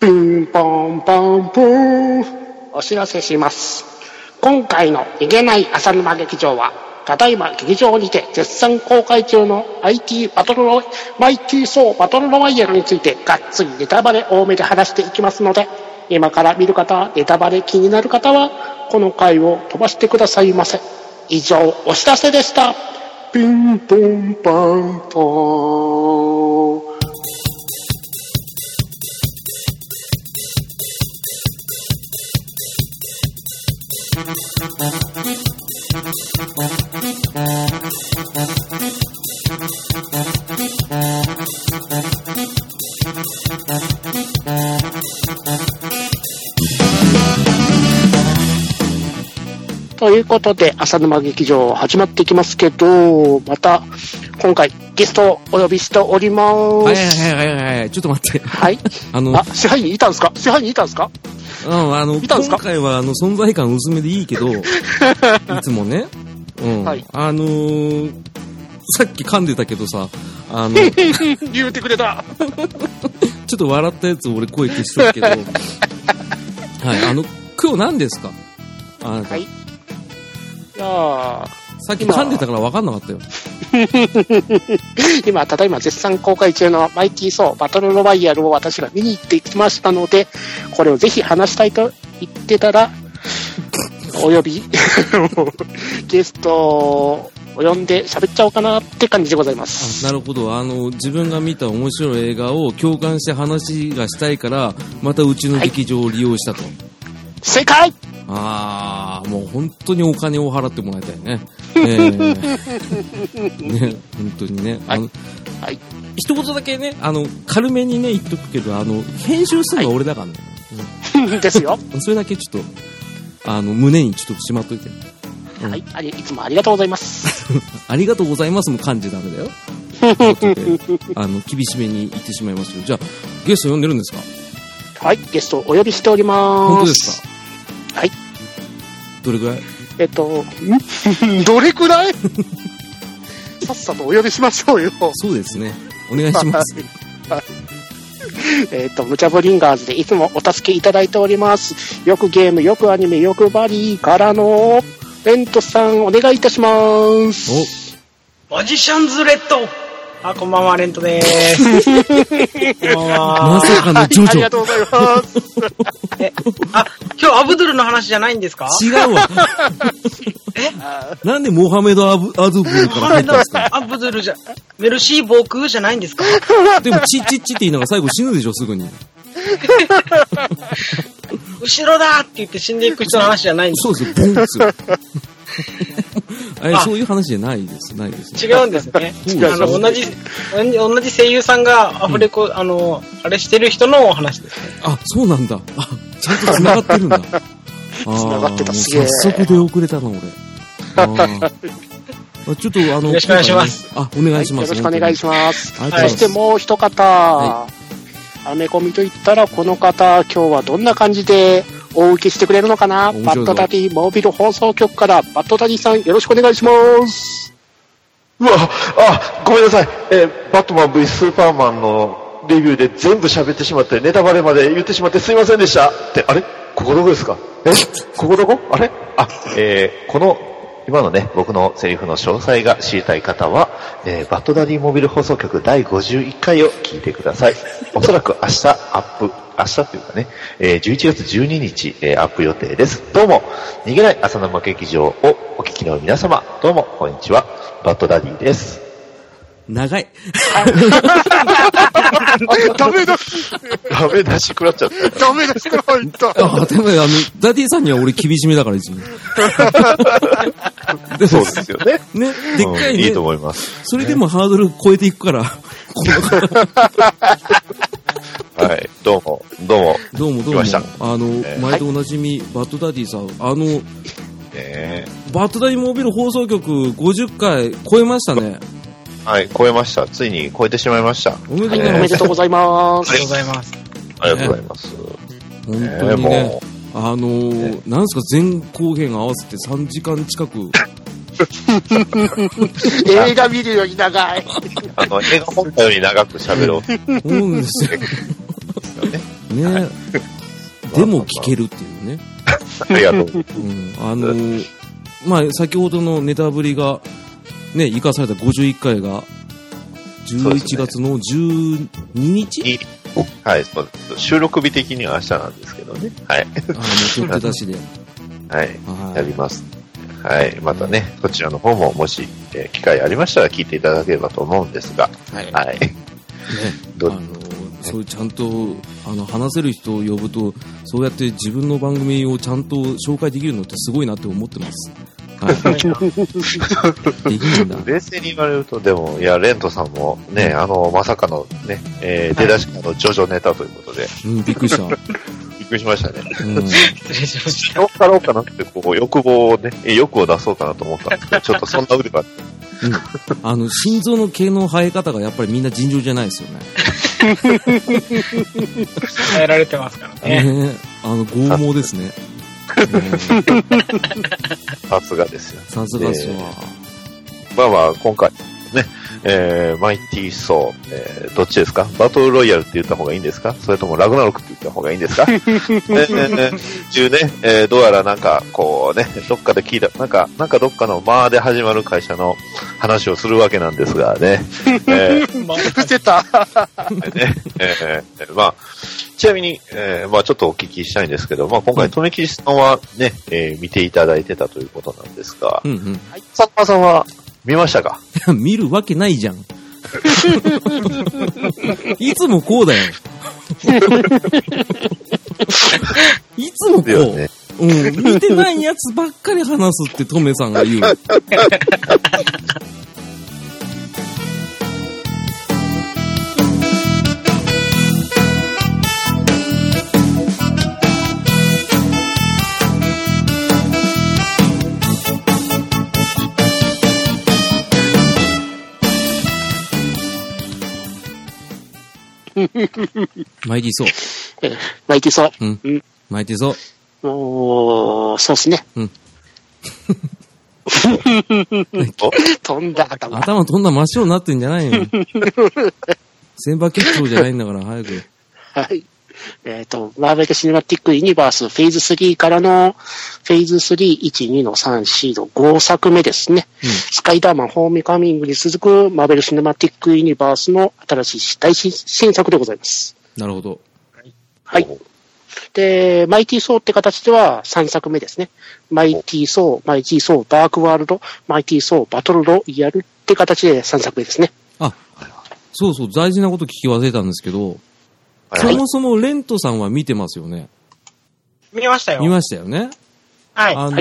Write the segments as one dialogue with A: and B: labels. A: ピンポンポンプーお知らせします。今回のいけない浅沼劇場は、ただいま劇場にて絶賛公開中の IT バトルロイ、マイティーソーバトルロワイヤルについてがっつりネタバレ多めで話していきますので、今から見る方、ネタバレ気になる方は、この回を飛ばしてくださいませ。以上、お知らせでした。ピンポンパンポーン。ということで、浅沼劇場始まっていきますけど、また、今回ゲストをお呼びしておりま
B: はい
A: す。
B: はいはいはいはい。ちょっと待って。
A: はい。
B: あの、
A: あ、支配人いたんですか支配人いたんですか
B: うん、あの、
A: 見たんすか
B: 今回はあの存在感薄めでいい けど、いつもね。うん。
A: はい
B: あのー、さっき噛んでたけどさ、あの、 ちょ
A: 言うてくれた。
B: っと笑ったやつ俺声消した けど、はい、あの、今日何ですかあなた
A: はいいやー
B: さっき噛んでたから分かんなかったよ。
A: 今、ただいま絶賛公開中のマイティー・ソーバトルロワイヤルを私が見に行ってきましたので、これをぜひ話したいと言ってたら、お呼び、 ゲストを呼んで喋っちゃおうかなって感じでございま
B: あ
A: す。
B: なるほど。あの、自分が見た面白い映画を共感して話がしたいから、またうちの劇場を利用したと。
A: 正解
B: ああ、もう本当にお金を払ってもらいたい ね。ええね、本当にね。あの、
A: はい
B: 一言だけね、あの、軽めにね、言っとくけど、あの、編集するのは俺だからね。
A: です よ。
B: うんそれだけちょっと、あの、胸にちょっとしまっといて。うん
A: はい、ありいつもありがとうござい ます。
B: ありがとうございますも漢字ダメ だよ。ということであの、厳しめに言ってしまいましたけど、じゃあ、ゲスト呼んでるんですか
A: はい、ゲストをお呼びしております。
B: 本当ですか
A: はい。
B: どれぐらい
A: えっと、 んどれくらい さっさとお呼びしましょうよ。
B: そうですね。お願いします。
A: はいえっと、ムチャブリンガーズでいつもお助けいただいております。よくゲーム、よくアニメ、よくバリーからの、レントさん、お願いいたします。
B: お
C: マジシャンズレッドあ、こんばんは、レントでー す。こんばん
B: ま
C: は。
B: さかのジョ
A: あり
B: ジョ
A: が。とうございます。
C: えあ、今日アブドゥルの話じゃないんですか
B: 違うわ。なんでモハメド・アブアドゥブルから入ったんで すか
C: アブドゥルじゃ、メルシー防空じゃないんですか
B: でも、チッチッチって言いながら最後死ぬでしょ、すぐに。
C: 後ろだって言って死んでいく人の話じゃないんで
B: そうですよ、ボンっす よ。あれ、
C: あ
B: そういう話じゃないです、ないです、
C: す。違うんですね。
B: 違う
C: あの、同じ、同じ声優さんがアフレコ、あの、あれしてる人のお話ですね。
B: あ、そうなんだ。あ、ちゃんと繋がってる んだ。繋
A: 繋がってたすげえ
B: 早速出遅れたな、俺。あーあちょっと、あの、
C: よろしくお願いします
B: 今回ね。あ、お願いします。
A: よろしくお願いします。
B: 本当
C: は
B: にありがとうございま
A: そ
B: す。
A: してもう一方、
B: は
A: アメコミといったらこの方、今日はどんな感じでお受けしてくれるのかな
B: 面白
A: バ
B: いぞ
A: ッドダディモービル放送局から、バッドダディさんよろしくお願いします。
D: うわ、あ、ごめんなさい。えーバットマン V スーパーマンのレビューで全部喋ってしまって、ネタバレまで言ってしまってすいませんでした。って、あれここどこですかえここどこあれ
E: あ、えーこの、今のね、僕のセリフの詳細が知りたい方は、えーバッドダディモビル放送局第51回を聞いてください。おそらく明日アップ、明日というかね、えー11月12日、えーアップ予定です。どうも、逃げない浅沼劇場をお聞きの皆様、どうも、こんにちは。バッドダディです。
B: 長い。
A: ダメだ、
E: ダメ出し食らっちゃった。
A: ダメだ、しか入った。
B: あ、でも、あの、ダディさんには俺厳しめだか ら、一応。で
E: そ
B: も
E: うで、すよね。
B: ね、でっかい
E: うん
B: ね、
E: いいと思います。
B: それでもハードル超えていくから、この
E: はい。どうも、どうも。
B: どうもどう
E: 来
B: も
E: ました。
B: あの、
E: えー
B: 毎度おなじみ、バッドダディさん、あの、
E: え
B: バッドダディモービル放送局50回超えましたね。
E: ーはい、超えました。ついに超えてしまいました。
B: おめでとうご
A: お
B: ざいま
A: め
B: す。
A: でとうございます。
C: あ りがとうございます。
E: ありがとうございます。
B: 本当に
E: ね
B: ね。あのー、なんすか、前後編合わせて3時間 近く。
A: 映画見るより長い。
E: あの、映画本体より長く喋ろう。
B: 思うんですよ。ねね。でも聞けるっていうね。
E: ありがと う。
B: うん、あのーまあ、先ほどのネタぶりが、ね、生かされた51回が、
E: そうです
B: 11
E: ね
B: 月の12日、
E: いはい、そうです収録日的には明日なんですけどね。はい。
B: あの、取って出しで。
E: はい。やり
B: は
E: ます。はい。またね、そちらの方も、もし、えー機会ありましたら聞いていただければと思うんですが、
B: い。はい。ね、
E: はい。
B: あ
E: ど
B: のーそういうちゃんと、あの、話せる人を呼ぶと、そうやって自分の番組をちゃんと紹介できるのってすごいなって思ってます。はい。できないん だ。
E: 冷静に言われると、でも、いや、レントさんもね、あの、まさかのね、えー出だしからのジョジョネタということで、
B: うん、びっくりした。う
E: びっくりしましたね。
B: ん。
C: 失礼しまし
E: どうかろうかなって、こう、欲望をね、え欲を出そうかなと思ったんですけど、ちょっとそんな腕が、
B: あの、心臓の毛の生え方がやっぱりみんな尋常じゃないですよね。
C: た。やられてますからね。
B: ねあの、剛毛ですね。ね
E: さすがですよ。
B: さすがっすわ。
E: まあまあ、今回、ね、えーマイティーソー、えーどっちですかバトルロイヤルって言った方がいいんですかそれともラグナロクって言った方がいいんですかね、えー中ね、えーどうやらなんか、こうね、どっかで聞いた、なんか、なんかどっかのまあで始まる会社の話をするわけなんですがね、えー
C: まあ
D: 出た
E: ねえーまあ、ちなみに、えーまあちょっとお聞きしたいんですけど、まあ今回、富吉さんはね、えー見ていただいてたということなんですが
B: う、ん
E: 佐間さんは見ましたか
B: うん。見るわけない じゃん。いつもこうだ よ。いつもこ
E: ですよね。
B: う、うん。見てないやつばっかり話すってトメさんが言う。巻いていそう。
A: えー泣いてそう。
B: うん
A: うん。
B: 巻いていそう。
A: もう、そうっすね。
E: お
A: 飛んだ頭。
B: 頭飛んだ真っ白になってんじゃないよ。千葉結晶じゃないんだから早く。
A: はい。えっ、と、マーベル・シネマティック・ユニバースフェーズ3からの、フェーズ3、1、2の3、4の5作目ですね。
B: うん
A: スカイダーマン、ホームカミングに続くマーベル・シネマティック・ユニバースの新しい大新新作でございます。
B: なるほど。
A: はい。で、マイティー・ソーって形では3作目ですね。マイティー・ソー、マイティー・ソー、ダーク・ワールド、マイティー・ソー、バトル・ロイヤルって形で3作目ですね。
B: あ、そうそう、大事なこと聞き忘れたんですけど、
E: はい
B: そもそもレントさんは見てますよね。
C: 見ましたよ。
B: 見ましたよね。
C: はい。
B: あの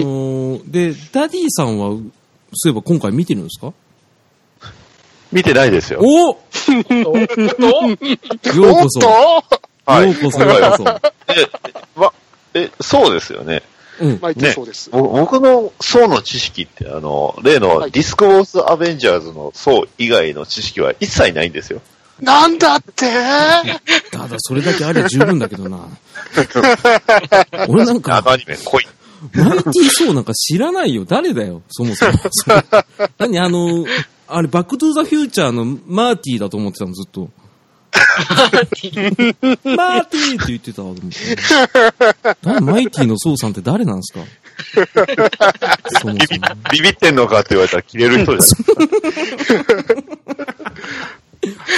B: ーで、ダディさんは、そういえば今回見てるんですか
E: 見てないですよ。
B: およ
C: おっと
B: うこそ。よ
A: おっと
E: は
B: う
E: い。
B: こそ、ようこ
E: え、 ま、え、そうですよね。
B: そ。うん。
A: マイティー・ソーです。
E: ぼ僕の層の知識って、あの、例
A: は
E: の
A: い
E: ディスクウォーズ・アベンジャーズの層以外の知識は一切ないんですよ。
A: なんだって
B: ただ、それだけありゃ十分だけどな。俺なん
E: あ
B: か
E: の、アニメ、濃い。
B: マイティー・ソーなんか知らないよ。誰だよ、そもそも。何あの、あれ、バック・トゥ・ザ・フューチャーのマーティーだと思ってたの、ずっと。マーティーって言ってたわと思って。何マイティーのソーさんって誰なんですかそも
E: ビビビビってんのかって言われたら切れる人です。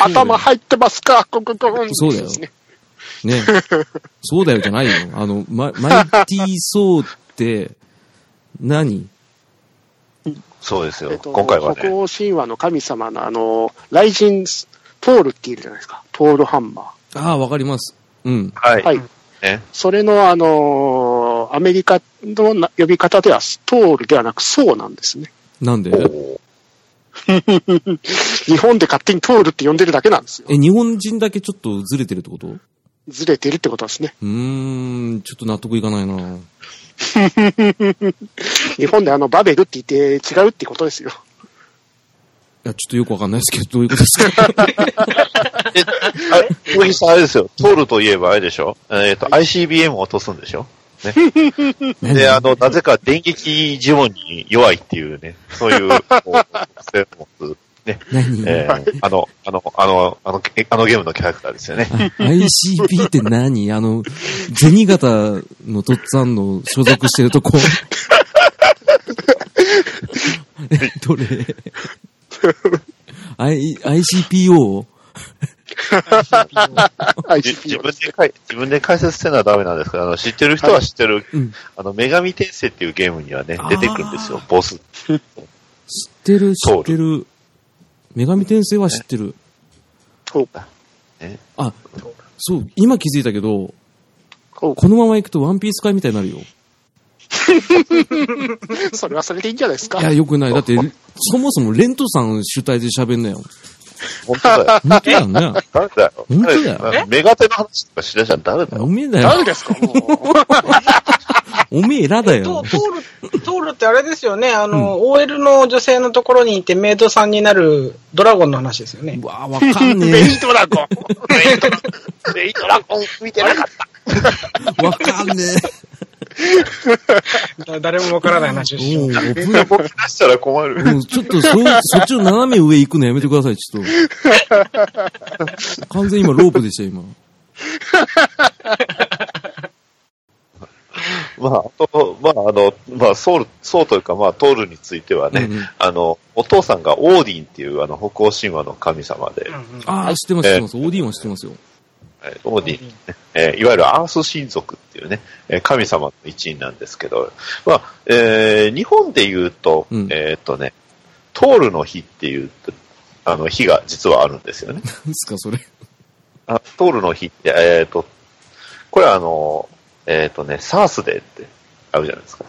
A: 頭入ってますかコンコンコン
B: そうだよ
A: ですね
B: そも。ね。そうだよじゃないよ。あの、ママイティー・ソーって何、
E: そうですよ。
A: えっと
E: 今回は
A: 北
E: ね。
A: 欧神話の神様のあの、雷神、トールっているじゃないですか。トールハンマー。
B: ああ、わかります。うん。
E: はい。
A: はい。
E: ね、
A: それのあのーアメリカのな呼び方ではトールではなくソーなんですね。
B: なんで
E: おー
A: 日本で勝手にトールって呼んでるだけなんですよ。
B: え、日本人だけちょっとずれてるってこと
A: ずれてるってことです ね。
B: うーん、ちょっと納得いかないな
A: 日本であの、バベルって言って違うってことです よ。
B: いや、ちょっとよくわかんないですけど、どういうことですか
E: え、あれ、小木さんあれですよ。トールといえばあれでしょえっ、と、ICBM を落とすんでしょね。で、あの、な ぜか電撃呪文に弱いっていうね、そういう、こう、癖を持つね。
B: 何
E: えーあの、あの、あの、あの、えあのゲームのキャラクターですよね。
B: ICP って何あの、銭形のとっつぁんの所属してるとこ。えどれ I、ICPO?
E: じ自分で解自分で解説ってのはダメなんですけど、あの、知ってる人は知ってる、
B: うん。
E: あの、女神転生っていうゲームにはね、出てくるんですよ、ボス。
B: 知ってる、知ってる。女神転生は知ってる。
A: ほう
E: ね、
B: あ、そう、今気づいたけど、
A: ほ
B: このまま行くとワンピース界みたいになるよ。
A: うそれはそれでいいんじゃないですか
B: いや、よくない。だって、そもそもレントさん主体で喋んなよ。
E: 本当だ よ。
B: 本当だよね。
E: 誰だよ。
B: 本当だよ
E: 誰よ。メガテの話とかしだしたら誰だよ。
B: おめえだ
A: 誰
B: よ。
A: ですかもう
B: おめえらだよ
C: ト。ール、トールってあれですよね、あの、OL の女性のところにいてメイドさんになるドラゴンの話ですよね
B: う。わあ、わかんね
A: メインドラゴンメインドラゴンメインドラゴン見てなかっ
B: え。わかんね
C: だ誰もわからない話をし
B: え。
C: よ
B: も
C: う。
B: う、
E: みんな僕出したら困る。
B: もうちょっとそう、そっちの斜め上行くのやめてください、ちょっと。完全に今ロープでしたよ、今。
E: まあ、あと、まあ、あの、まあ、ソウル、ソウというか、まあ、トールについてはね、
B: うんうん
E: あの、お父さんがオーディンっていう、あの、北欧神話の神様で、
C: うんうん
B: ああ、知ってます、知ってます。オーディンは知ってますよ。
E: えーオーディン、えーいわゆるアース神族っていうね、えー神様の一員なんですけど、まあ、えー日本で言うと、
B: うん
E: えーっとね、トールの日っていう、あの、日が実はあるんです よね。
B: 何すか、それ。
E: あトールの日って、えーっと、これはあの、えーっとね、サースデーってあるじゃないですか。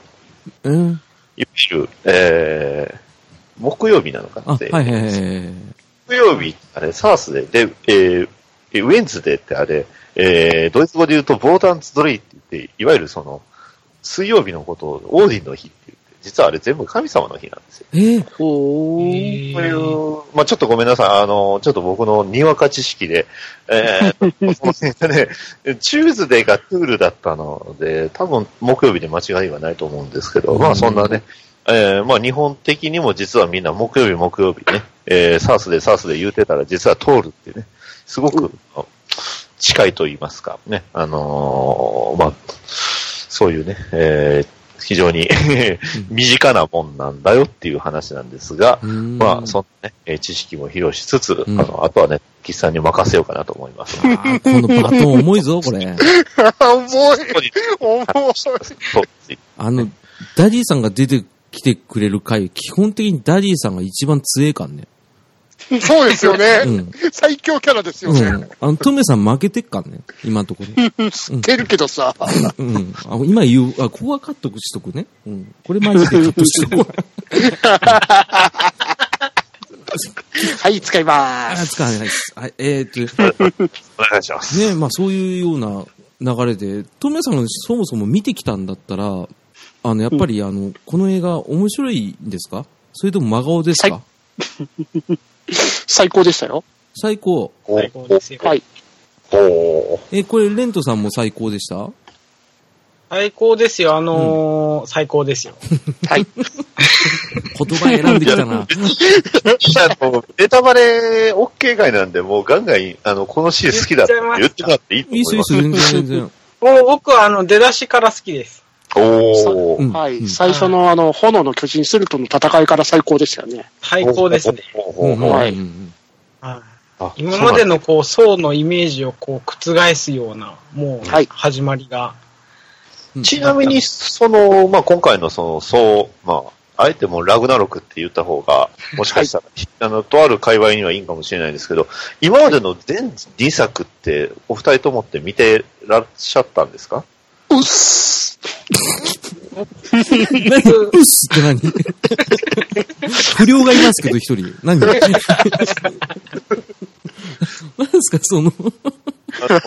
B: えー、
E: いわゆる、えー木曜日なのか
B: あ、
E: な
B: はいはいはいはい。
E: 木曜日、あれ、サースデーで、えーえウェンズデーってあれ、えードイツ語で言うと、ボーダンツドレイって言って、いわゆるその、水曜日のことをオーディンの日って言って、実はあれ全部神様の日なんですよ。
B: えー、
A: たおー
C: え
E: こうい
C: ー
E: う、まあちょっとごめんなさい、あの、ちょっと僕のにわか知識で、え ー、その辺がね、チューズデーがトゥールだったので、多分木曜日で間違いはないと思うんですけど、まあそんなね、えー、まあ日本的にも実はみんな木曜日木曜日ね、えー、サースでサースで言うてたら実は通るっていうね、すごくあ近いと言いますか、ね、あのーまあ、そういうね、えー、非常に身近なもんなんだよっていう話なんですが、
B: うん
E: まあ、そんなね、えー知識も披露しつつ、
B: ん
E: あの、あとはね、岸さんに任せようかなと思います。
B: あーこのバトン重いぞ、これ。
A: 重い
E: ここに
A: 重い
E: そう
B: あの、ダディさんが出てきてくれる回、基本的にダディさんが一番強えかんね。
A: そうですよね、
B: うん
A: 最強キャラですよ
B: う
A: ね、
B: ん。あの、トメさん負けてっかんね。今のとこ ろ。
A: 知ってるけどさ、
B: うん。あ今言う、あ、ここはカットしとくね。うん。これマジでカットしとこう。
A: はい、使いま
B: あ
A: す。
B: ー、使わないです。はい、えー、っと、
E: お願いします。
B: ね、まあそういうような流れで、トメさんがそもそも見てきたんだったら、あの、やっぱり、あの、この映画面白いんですかそれとも真顔ですか、
A: はい最高でしたよ。
B: 最高。
E: お
C: 最高ですよ
A: はい。
E: お
B: え、これ、レントさんも最高でした
C: 最高ですよ、あのー最高ですよ。
A: はい。
B: 言葉選んできたな。
E: あの、ネタバレ OK 外なんで、もうガンガン、あの、このシーン好きだって言ってもらっていいと
B: いいっ
E: 思
B: す
E: い
B: いいっ、
E: ますす。
B: 全然全然。
C: もう僕はあの、出だしから好きです。
E: お
B: うん
E: ー。
A: は
B: う
A: い。
B: ん
A: 最初のあの、炎の巨人スルとの戦いから最高でしたよね。
C: 最高ですね。
E: おー。
B: う
E: お
B: ん
E: ーおー
A: はい
B: うんうん
C: はい
E: あ
C: 今までのこう、層のイメージをこう、覆すような、もう
A: はい、
C: 始まりが。
E: ちなみに、その、まあ、今回のその、そう、まあ、あえてもうラグナロクって言った方が、もしかしたら、あの、とある界隈にはいいんかもしれないですけど、今までの全2作って、お二人ともって見てらっしゃったんですか
A: うっす。
B: 何うっすって何不良がいますけど、一人。何何ですか、その。
E: あの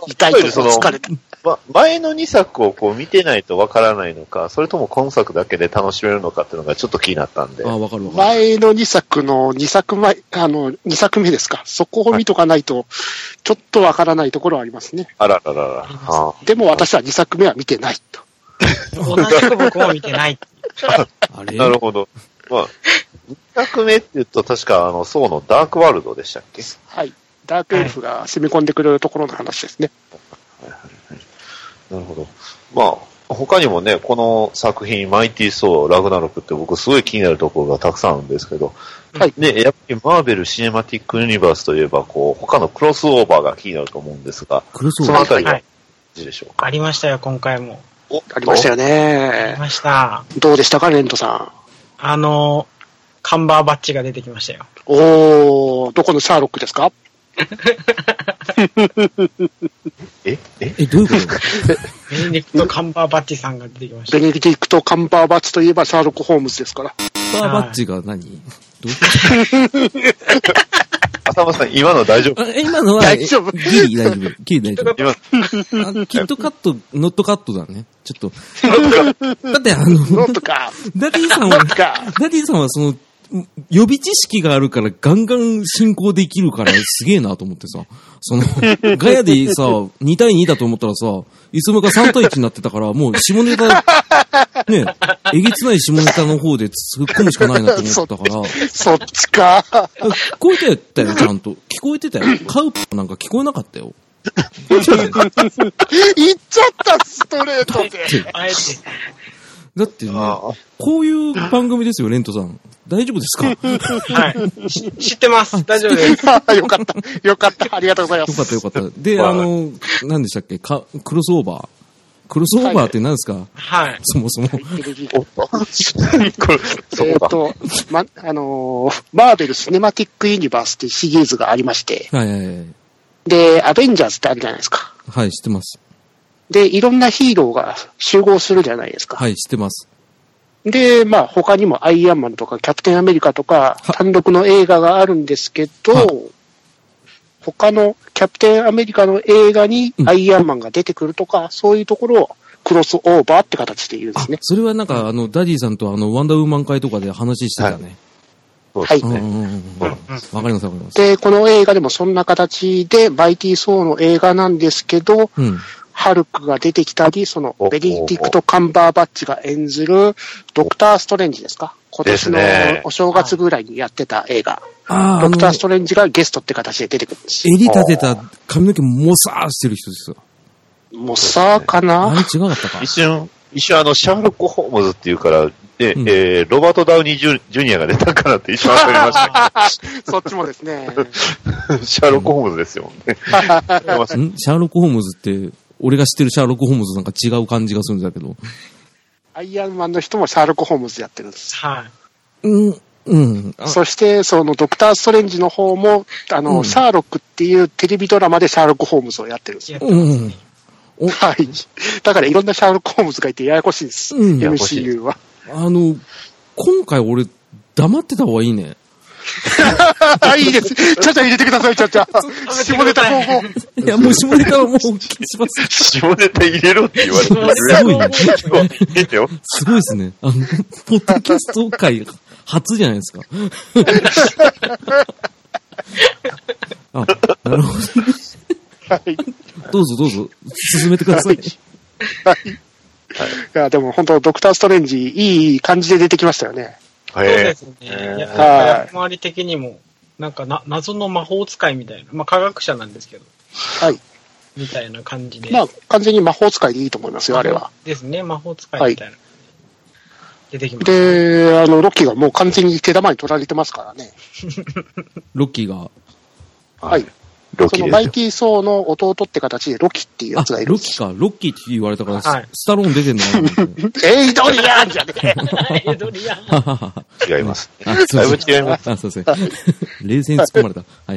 A: 痛いとこ疲れた。
E: ま、前の2作をこう見てないとわからないのか、それとも今作だけで楽しめるのかっていうのがちょっと気になったんで。
B: あ、わかるわかる。
A: 前の2作の2作前、あの、2作目ですか。そこを見とかないと、ちょっとわからないところはありますね。
E: あらららら。あ
A: でも私は2作目は見てないと。
C: 同じく僕も見てない。
B: あれ
E: なるほど。まあ、2作目って言うと確か、あの、ソーのダークワールドでしたっけ
A: はい。ダークエルフが攻め込んでくるところの話ですね。
E: なるほど。まあ、他にもね、この作品、マイティー・ソー、ラグナロクって僕すごい気になるところがたくさんあるんですけど、
A: はい
E: ね、やっぱりマーベル・シネマティック・ユニバースといえば、こう、他のクロスオーバーが気になると思うんですが、
B: クロスオ
E: そ
B: ーバ
E: のあ
B: ー。
E: たりは、
C: はいい
E: いでしょうか。
C: ありましたよ、今回も。
E: お
A: ありましたよ
C: あり
A: ね。
C: ました。
A: どうでしたか、レントさ
C: あの、カンバーバッチが出てきましたよ。
A: ん。おー、どこのシャーロックですか
E: ええ
B: え、どういうこと
C: ベネディクト・カンバーバッチさんが出てきました
A: ベ。ネディクト・カンバーバッチといえばシャーロック・ホームズです から。
B: バーバッジが何どういうこ
E: 浅間さん、今の大丈夫
B: とあえ今のは、
A: 大丈夫
B: えギリ大丈夫。ギリ大丈
E: 今、
B: 夫。あキットカット、ノットカットだね。ちょっと。だってあの
A: ノ、ートか。
B: ダディさん
A: ノ
B: は
A: ー、トか。
B: ダディさんはその、予備知識があるからガンガン進行できるからすげえなと思ってさ。その、ガヤでさ、2対2だと思ったらさ、いつもか3対1になってたから、もう下ネタ、ね、えげつない下ネタの方で突っ込むしかないなと思ったから、
A: そっちか。
B: 聞こえてたよ、ちゃんと。聞こえてたよ。カウプなんか聞こえなかったよ。
A: 言っちゃった、ストレートで。
C: あえて、
B: だってね、
E: あ
B: こういう番組ですよ、レントさん。大丈夫ですかよか
C: はい。し知ってます。大丈夫です。
A: あ よかった。よかった。ありがとうございます。
B: ったよかった。で、
E: まあ
B: あの、何でしたっけかクロスオーバー。クロスオーバーって何ですか、
C: はい。
B: そもそも。
E: おっとこれ、そ
A: えっ
E: こだ。
A: と、ま、あのーマーベル・シネマティック・ユニバースっていうシリーズがありまして、
B: はいはいはい。
A: で、アベンジャーズってあるじゃないですか。
B: はい、知ってます。
A: で、いろんなヒーローが集合するじゃないですか。
B: はい、知ってます。
A: で、まあ、他にもアイアンマンとかキャプテンアメリカとか、単独の映画があるんですけ
B: は
A: ど、他のキャプテンアメリカの映画に
B: うん
A: アイアンマンが出てくるとか、そういうところをクロスオーバーって形で言うんですね。
B: それはなんか、あの、ダディさんとあの、ワンダーウーマン会とかで話してたね。
E: そうです
B: うんう
E: ね。
B: んうんうん。わかりますわかります。
A: で、この映画でもそんな形で、マイティー・ソーの映画なんですけど、
B: うん。
A: ハルクが出てきたり、その
E: お、
A: ベネディクト・カンバーバッチが演ずる、ドクター・ストレンジですか今年の
E: ですね
A: お正月ぐらいにやってた映画。
B: ああ、あ
A: ドクタ
B: の
A: ー・ス、トレンジがゲストって形で出てくるんです。
B: 襟立てた髪の毛もさーしてる人ですよ。
A: もうさあか
B: あ
A: な
B: れ違かったか
E: 一瞬、一瞬あの、シャーロック・ホームズっていうから、で、
B: うん
E: えー、ロバート・ダウニージュ・ジュニアが出たからって一瞬わかりました
A: そっちもですね。
E: けど。シャーロック・ホームズですよね。
B: んシャーロック・ホームズって、俺が知ってるシャーロック・ホームズとなんか違う感じがするんだけど。
A: アイアンマンの人もシャーロック・ホームズやってるんです。
C: はい。
B: うん、うん。あ
A: そして、そのドクター・ストレンジの方も、あの、
B: うん
A: シャーロックっていうテレビドラマでシャーロック・ホームズをやってるんです。
C: やって
B: う
C: ますね
B: ん。
A: はい。だからいろんなシャーロック・ホームズがいてややこしいんです。
B: うんや
E: やこしい
A: MCU は。
B: あの、今回俺、黙ってた方がいいね。
A: あ、いいです。ちゃちゃ入れてください、ちゃちゃ。下ネタ方法。
B: いや、もう下ネタはもうお聞きします。
E: 下ネタ入れろって言われてる。
B: すごいね。
E: 入れてよ。
B: すごいですね。あの、ポッドキャスト界初じゃないですか。 あ、なるほ
A: はい。い
B: ど。どうぞどうぞ、進めてください。
A: や、でも本当、ドクター・ストレンジ、いい感じで出てきましたよね。
C: そ
E: は
C: うで
E: い
C: す。ね。
E: え
C: や
E: ー
A: はい
C: 役割的にも、なんかな、謎の魔法使いみたいな。まあ、科学者なんですけど、
A: はい。
C: みたいな感じで。
A: まあ、完全に魔法使いでいいと思いますよ、あれは。。
C: ですね、魔法使いみたいな。出てきまし
A: で、あの、ロッキーがもう完全に手玉に取られてますからね。
B: ロッキーが。
A: はい。
E: ロ
A: そ
E: キ
A: の
E: で
A: マ
E: す
A: イ
E: よ。
A: ティー・ソーの弟って形でロキっていうや
B: あ、
A: つがいるん
B: ロッ
A: です。
B: キーか。ロッキーって言われたから、
C: はい
B: スタローン出てんのかな と思って
A: えー、ドリアンじゃねえ。
C: た。エドリアン。
B: はははは
E: 違います。
B: あ、すいま
E: だいぶ
B: せん。
E: 違います。
B: あ、すいません。冷静に突っ込まれた。は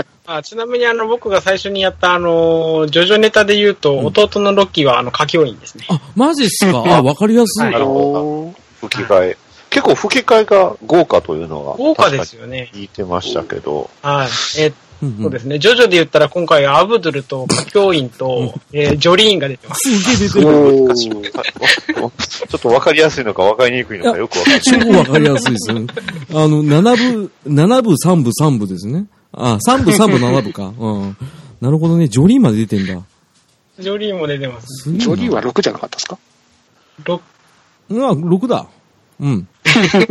B: い。
C: あちなみにあの、僕が最初にやったあの、ジョジョネタで言うと、弟のロッキーはあの、歌教員ですね。
B: あ、マジっすかあ、わかりやすい。
A: あ
E: はい
A: のー
E: 吹き替え。結構吹き替えが豪華というのが。
C: 豪華ですよね。
E: 聞いてましたけど。
C: はい。えっ
B: うん
C: そう
B: うん
C: ですね。ジョジョで言ったら今回アブドゥルと歌教員と、えージョリーンが出てます。
B: すげえ出てる。
A: お
E: 難しい
A: ー
E: あおおちょっとわかりやすいのかわかりにくいのかよくわかんない。
B: 超わかりやすいですよね。あの、7部、7部、3部、3部ですね。あ、3部、3部、7部か。うん。なるほどね。ジョリーンまで出てんだ。
C: ジョリーンも出てま
B: す
C: す。
B: げえな
A: ジョリーンは6じゃなかったですか
C: ロ
B: うわ、6だ。うん。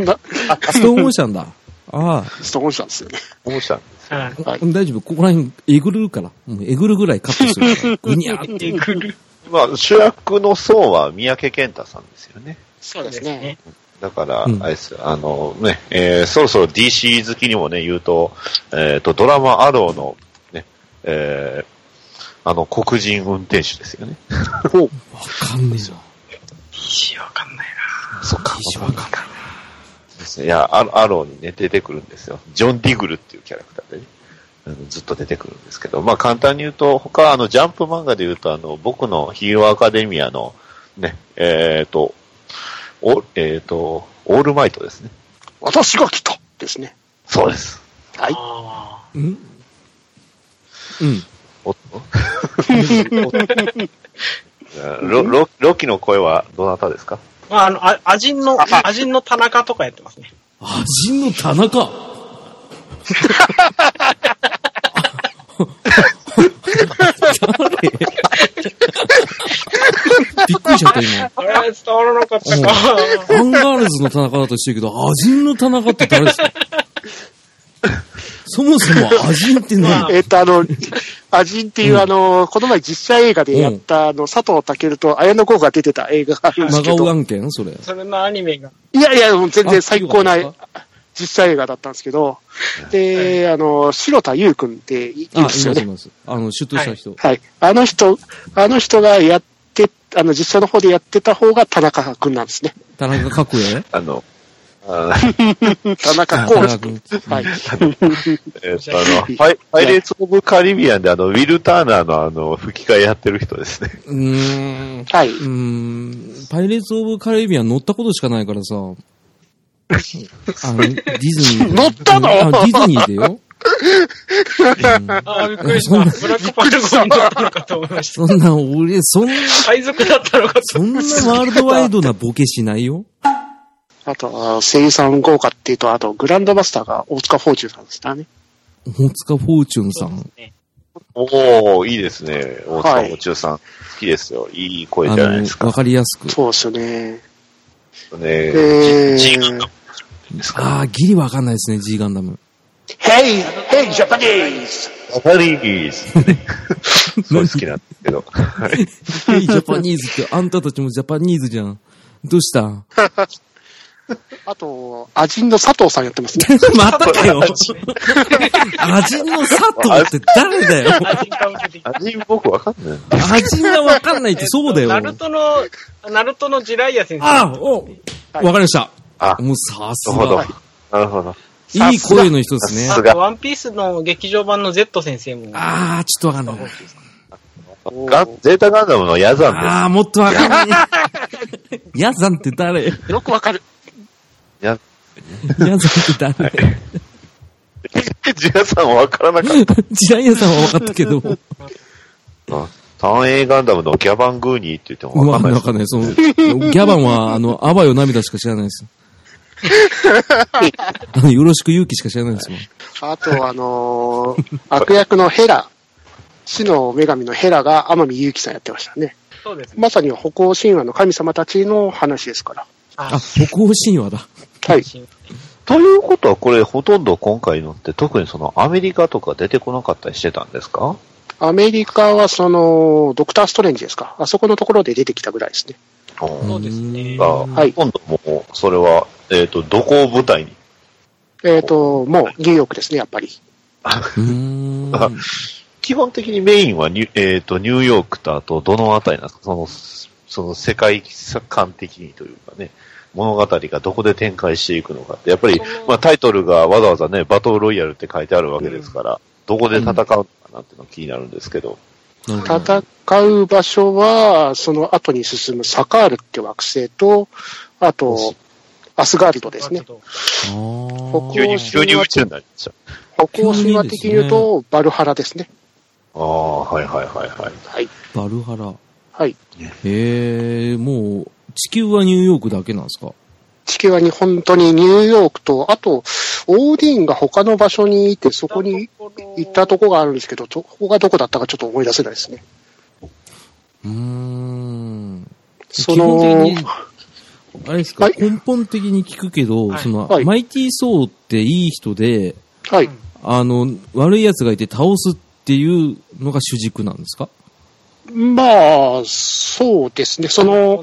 B: ストーンオーシャンだ。ああ、
A: ストーンしたんですよね。
E: 思った。
C: はい。
A: はい
B: 大丈夫。ここら辺、えぐるから。もうえぐるぐらいカットするか ら。ぐにゃーって。
C: えぐる。
E: まあ、主役の層は三宅健太さんですよね。
A: そうですね。。
E: だから、
B: うん
E: あれです、あのね、えーそろそろ DC 好きにもね、言うと、えっ、と、ドラマアローの、ね、えーあの、黒人運転手ですよね。
B: わかんねえな。
C: 一生わかんない
E: そっか
B: 一生わかんない。
E: ですね。いや、アロアローにね、出てくるんですよ。ジョン・ディグルっていうキャラクターでね。うんずっと出てくるんですけど、まあ簡単に言うと、他、あの、ジャンプ漫画で言うと、あの、僕のヒーローアカデミアの、ね、えっ、と、お、えっ、と、オールマイトですね。
A: 私が来たですね。
E: そうです。
A: はい
C: な。。あ
B: んうん。
E: おっとロロロキの声はどなたですか
C: ーまあ、あの、あアジンの、アジンの田中とかやってますね。
B: アジンの田中。誰びっくりしちゃった、今。
C: あれ伝わらなかったか。
B: アンガールズの田中だとしてるけど、アジンの田中って誰ですかそもそもアジンって
C: まあ
B: 何
A: えっと、あの、アジンっていう、
B: うん
A: あの、この前実写映画でやった、あの、佐藤健と綾野剛が出てた映画があるんです
B: 真
A: け
B: 顔
A: ど、
B: 案件それ。
C: それのアニメが。
A: いやいや、もう全然最高な
B: あいいわ
A: 実写映画だったんですけど、で、あの、白田優君っていい
B: あ、
A: るん
B: いま
A: です
B: す
A: よ
B: い
A: ね。
B: ます。あの、出頭した人。
A: はい。あの人、あの人がやって、あの、実写の方でやってた方が田中君なんですね。
B: 田中角栄
E: あの、あ
A: 田中
B: あ
A: 浩二
B: 田中
A: 君
B: 君。
A: はい。
E: えっと、あ の、パイパイレーツ・オブ・カリビアンで、あの、ウィル・ターナーの、あの、吹き替えやってる人ですね。
B: うーん。う
A: はい。
B: ーん。パイレーツ・オブ・カリビアン乗ったことしかないからさ。あの、ディズニー。
A: 乗ったの
B: あディズニーでよ。
C: ああ、びっくりした。ブラックパンダゴンだったのかと思いました。
B: そんな、俺、そんな、
C: 海賊だったのかと
B: そんなワールドワイドなボケしないよ。
A: あと、あ声優さん豪華っていうと、あと、グランドマスターが大塚芳忠さんでしたね。
B: 大塚フォーチュンさん。
E: おおいいですね。大
A: は
E: 塚
A: い
E: もちおさん。好きですよ。いい声
B: あ
E: じゃないです
B: の、わ
E: か。
B: かりやすく。
A: そうですよね。
E: ね
A: えー
E: ジジーガン
B: ああ、ギリわかんないですね、G ガンダ ム。
A: Hey! Hey, Japanese!
E: ダム、リー ズ。すごい好きなんですけど。はい
B: ヘイジャパニーズって、あんたたちもジャパニーズじゃん。どうした
A: あと、アジンの佐藤さんやってますね。
B: またかよ。 アジンの佐藤って誰だ よ。
C: アジンが受けてきた。
E: 味僕わかんない。
B: アジンがわかんないってそうだよ。
C: ナルトの、ナルトのジライア先生。
B: ああ、おわかりました。
E: あ、
B: もうさす
E: なるほど
B: が。。
E: なるほど。
B: いい声の人ですね
E: さ。す
C: あ
E: が
C: とワンピースの劇場版の Z 先生も。
B: ああ、ちょっとわかんない。
E: ガンゼータガンダムのヤザン です。
B: ああ、もっとわかんない。 ヤザンって誰ヤ
A: よくわかる。
E: ヤ
B: ザンって誰
E: ジヤさんはわからなか った。
B: ジライアさんはわかったけど、わ
E: 単影ガンダムのギャバングーニーって言ってもわ
B: か
E: か
B: ん
E: ん
B: な
E: ないい
B: わ
E: です。
B: かんない。その、ギャバンは、あの、あばよ涙しか知らないで す。あの、よろしく勇気しか知らないですもん。
A: あと、あの ー悪役のヘラ、死の女神のヘラが天海祐希さんやってましたね。
C: そうですね。
A: まさに歩行神話の神様たちの話ですから。
B: あ、
C: あ、
B: 歩行神話だ。
A: はい。
E: ということは、これ、ほとんど今回のって、特にそのアメリカとか出てこなかったりしてたんですか
A: アメリカはその、ドクターストレンジですか。あそこのところで出てきたぐらいですね。
C: そうですね。
E: が、
A: はい
E: 今度もう、それは、えっ、と、どこを舞台に
A: えっ、と、もうニューヨークですね、やっぱり。
B: うーん。
E: あ 基本的にメインはニュ、えー、とニューヨークとあとどのあたりなんですかその、その世界観的にというかね、物語がどこで展開していくのかって、やっぱり
C: その、
E: まあ、タイトルがわざわざね、バトルロイヤルって書いてあるわけですから、どこで戦うのかなっていうのが気になるんですけど、
B: なるほど
A: 戦う場所は、その後に進むサカールって惑星と、あと、アスガルドですね。
B: あ
A: 歩
B: ー
E: 急
A: 行
E: に、急に宇宙になりました。
A: 歩行神話的に言う
B: 急
A: と、バルハラですね。
E: ああ、はいはいはいはい。
A: はい。
B: バルハラ。
A: はい。
B: へえ、もう、地球はニューヨークだけなんですか
A: 地球はに本当にニューヨークと、あと、オーディンが他の場所にいて、そこに行ったとこがあるんですけど、そこがどこだったかちょっと思い出せないですね。
B: うーん。
A: そ
B: 基本
A: の
B: 的に、あれですか、
A: はい
B: 根本的に聞くけど、
C: はい
B: その、
A: はい
B: マイティー・ソーっていい人で、
A: はい。
B: あの、悪い奴がいて倒すっていうのが主軸なんですか
A: まあ、そうですね。その、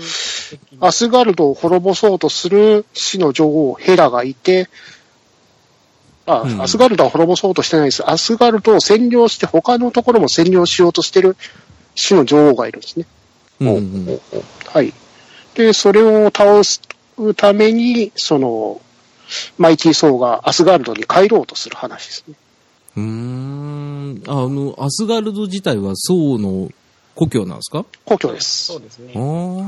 A: アスガルドを滅ぼそうとする死の女王ヘラがいて、あ、
B: うん
A: アスガルドは滅ぼそうとしてないです。アスガルドを占領して他のところも占領しようとしてる死の女王がいるんですね。
B: うん
E: お
B: う
E: お
B: んうん。
E: お
A: はい。で、それを倒すために、その、マイティー・ソーがアスガルドに帰ろうとする話ですね。
B: うーん。あの、アスガルド自体はソーの故郷なんですか
A: 故郷で
C: そ
A: す
C: う。です
B: ああ、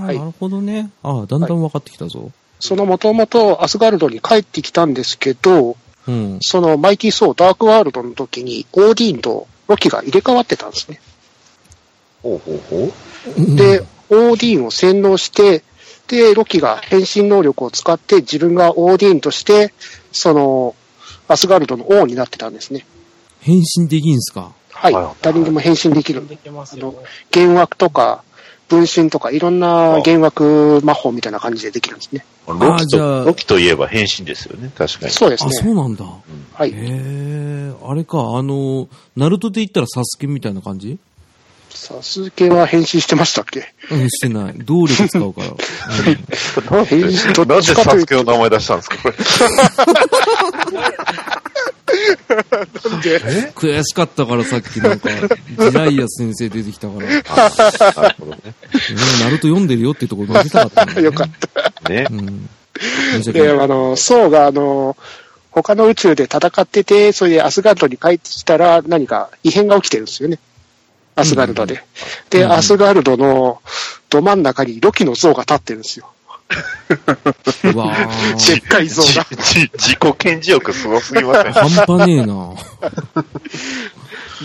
C: ね。
A: い
B: なるほどね。ああ、だんだん分かってきたぞ。
A: そのもともとアスガルドに帰ってきたんですけど、
B: うん。
A: そのマイティー・ソー、ダークワールドの時に、オーディーンとロキが入れ替わってたんですね。
E: ほうほうほう。
A: で、オーディーンを洗脳して、で、ロキが変身能力を使って、自分がオーディーンとして、その、アスガルドの王になってたんですね。
B: 変身できんすか
A: はい
E: はいはい。
A: 誰にでも変身できるんで
C: で。きます
A: あ
C: よ
A: の。、幻惑とか、分身とか、いろんな幻惑魔法みたいな感じでできるんですね。
E: ロキ
B: あーじゃあ
E: と、ロキといえば変身ですよね、確かに。
A: そうです
B: あ、そ
A: ね。
B: うなんだ。
A: は
B: へ
A: い。
B: え、あれか、あの、ナルトで言ったらサスケみたいな感じ
A: さあ、鈴木は変身してましたっけ
B: うん、してない。動力使うから。 う
E: なんで、
A: 変身どっちかというと
E: なんでサスケの名前出したんですか、これ。
B: ん悔しかったからさっきなんか、ジライア先生出てきたから、ね
E: なるほどね。
B: ナルト読んでるよってところ見せたかったん だ
A: よかった。
E: ね
B: た。。うん。申し訳
A: で、
B: ない。
A: あの、ソーが、あの、他の宇宙で戦ってて、それでアスガルドに帰ってきたら何か異変が起きてるんですよね。アスガルドで。で、アスガルドのど真ん中にロキの像が立ってるんですよ。
B: うわー
A: でっかい像
E: じ
A: が。
E: じ自己顕示欲すごすぎません。
B: 半端ねえな。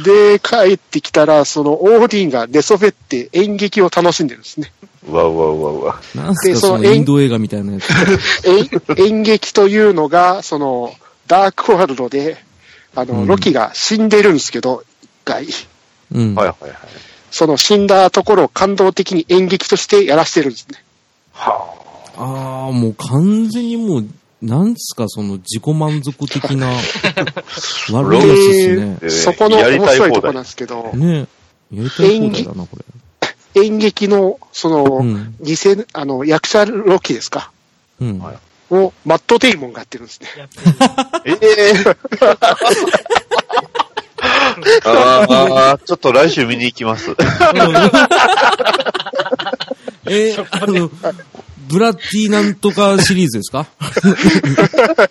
A: で、帰ってきたら、そのオーディンが寝そべって演劇を楽しんでるんですね。
E: うわうわうわうわ。
B: なんす
A: で
B: か、
A: その
B: そのインド映画みたいなやつ。
A: え演劇というのが、その、ダークワールドで、あの、
B: うん
A: ロキが死んでるんですけど、一回。
B: うん。
E: はいはいはい。
A: その死んだところを感動的に演劇としてやらしてるんですね。
E: は
B: ああ、もう完全にもう、なんすか、その自己満足的 な悪いやつですね。
E: えー
A: そこの
E: やり
A: 面
E: たい
A: 白
E: 放
A: い
E: 題
A: ところなんですけど、
B: ねやりたい放題だな、これ。
A: 演劇の、その、
B: うん
A: 偽、あの、役者ロキですか
B: うん。
E: はい
A: を、マット・デイモンがやってるんですね。
C: やってる
E: あ。ええー。ああ、ちょっと来週見に行きます。
B: えー、あの、ブラッディなんとかシリーズですか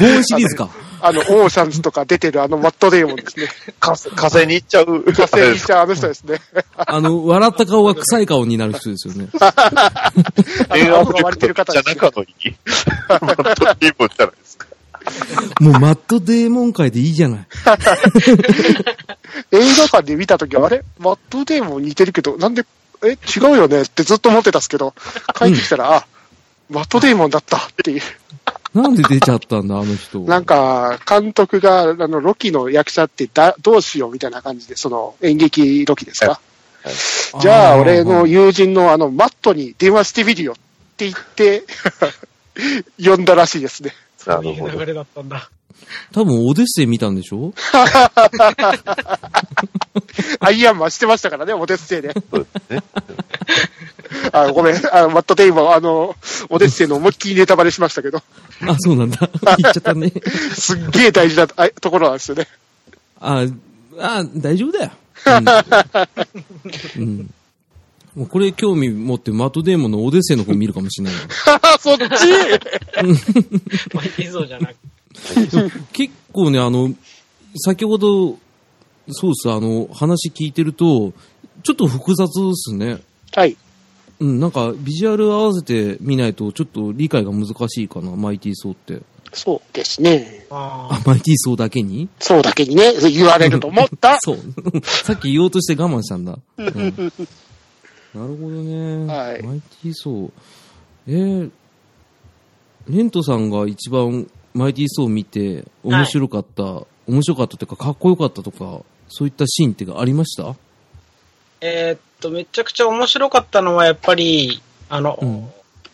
B: ボーンシリーズか。
A: あの、オーシャンズとか出てるあのマット・デイモンですね。
E: 火星に行っちゃう。
A: 火星にしちゃうあの人です ね。
B: あの、笑った顔が臭い顔になる人ですよね。
E: 電話
A: 顎
E: プ
A: が
E: ロ
A: 割れて
E: ジェ
A: る
E: ク
A: 方
E: トじ
A: で
E: ゃ
A: すね
E: 中のいい。マットリーボンじゃないですか。
B: もうマットデーモン界でいいじゃない。
A: 映画館で見たときは、あれマット・デイモン似てるけど、なんで、え、違うよねってずっと思ってたんですけど、帰ってきたら、あ、マット・デイモンだったっていう。
B: なんで出ちゃったんだ、あの人。
A: なんか、監督が、あの、ロキの役者ってだどうしようみたいな感じで、その、演劇ロキですかじゃあ、
B: ー
A: 俺の
B: はい
A: 友人のあの、マットに電話してみるよって言って、 呼んだらしいですね。
E: な
C: と
E: る
C: い
E: ほ
C: う
E: ど
C: 流。れだったんだ。
B: 多分オデッセイ見たんでしょ
A: アイアンマンしてましたからね、オデッセイ で。
E: そうですね。
A: あ、ごめん、あマット・デイモン、あの、オデッセイの思いっきりネタバレしましたけど、
B: あ、そうなんだ。言っちゃったね。
A: すっげえ大事なあところなんですよね。
B: あ、あ、大丈夫だよ。うん。うんもうこれ興味持ってマットデーモンのオデッセイの方見るかもしれない。
A: そっち
C: まあ、いいぞじゃなくて。
B: 結構ね、あの、先ほど、そうです、あの、話聞いてると、ちょっと複雑ですね。
A: はい。
B: うん、なんか、ビジュアル合わせて見ないと、ちょっと理解が難しいかな、マイティー・ソーって。
A: そうですね。
C: あ
B: あ、マイティー・ソーだけに
A: そうだけにね、言われると思 った。
B: そう。さっき言おうとして我慢したんだ。うんなるほどね。
A: はい
B: マイティー・ソー。えー、レントさんが一番マイティー・ソー見て面白かった、面白かったというか、かっこよかったとか、そういったシーンってありました
C: えーっと、めちゃくちゃ面白かったのは、やっぱり、あの、
B: うん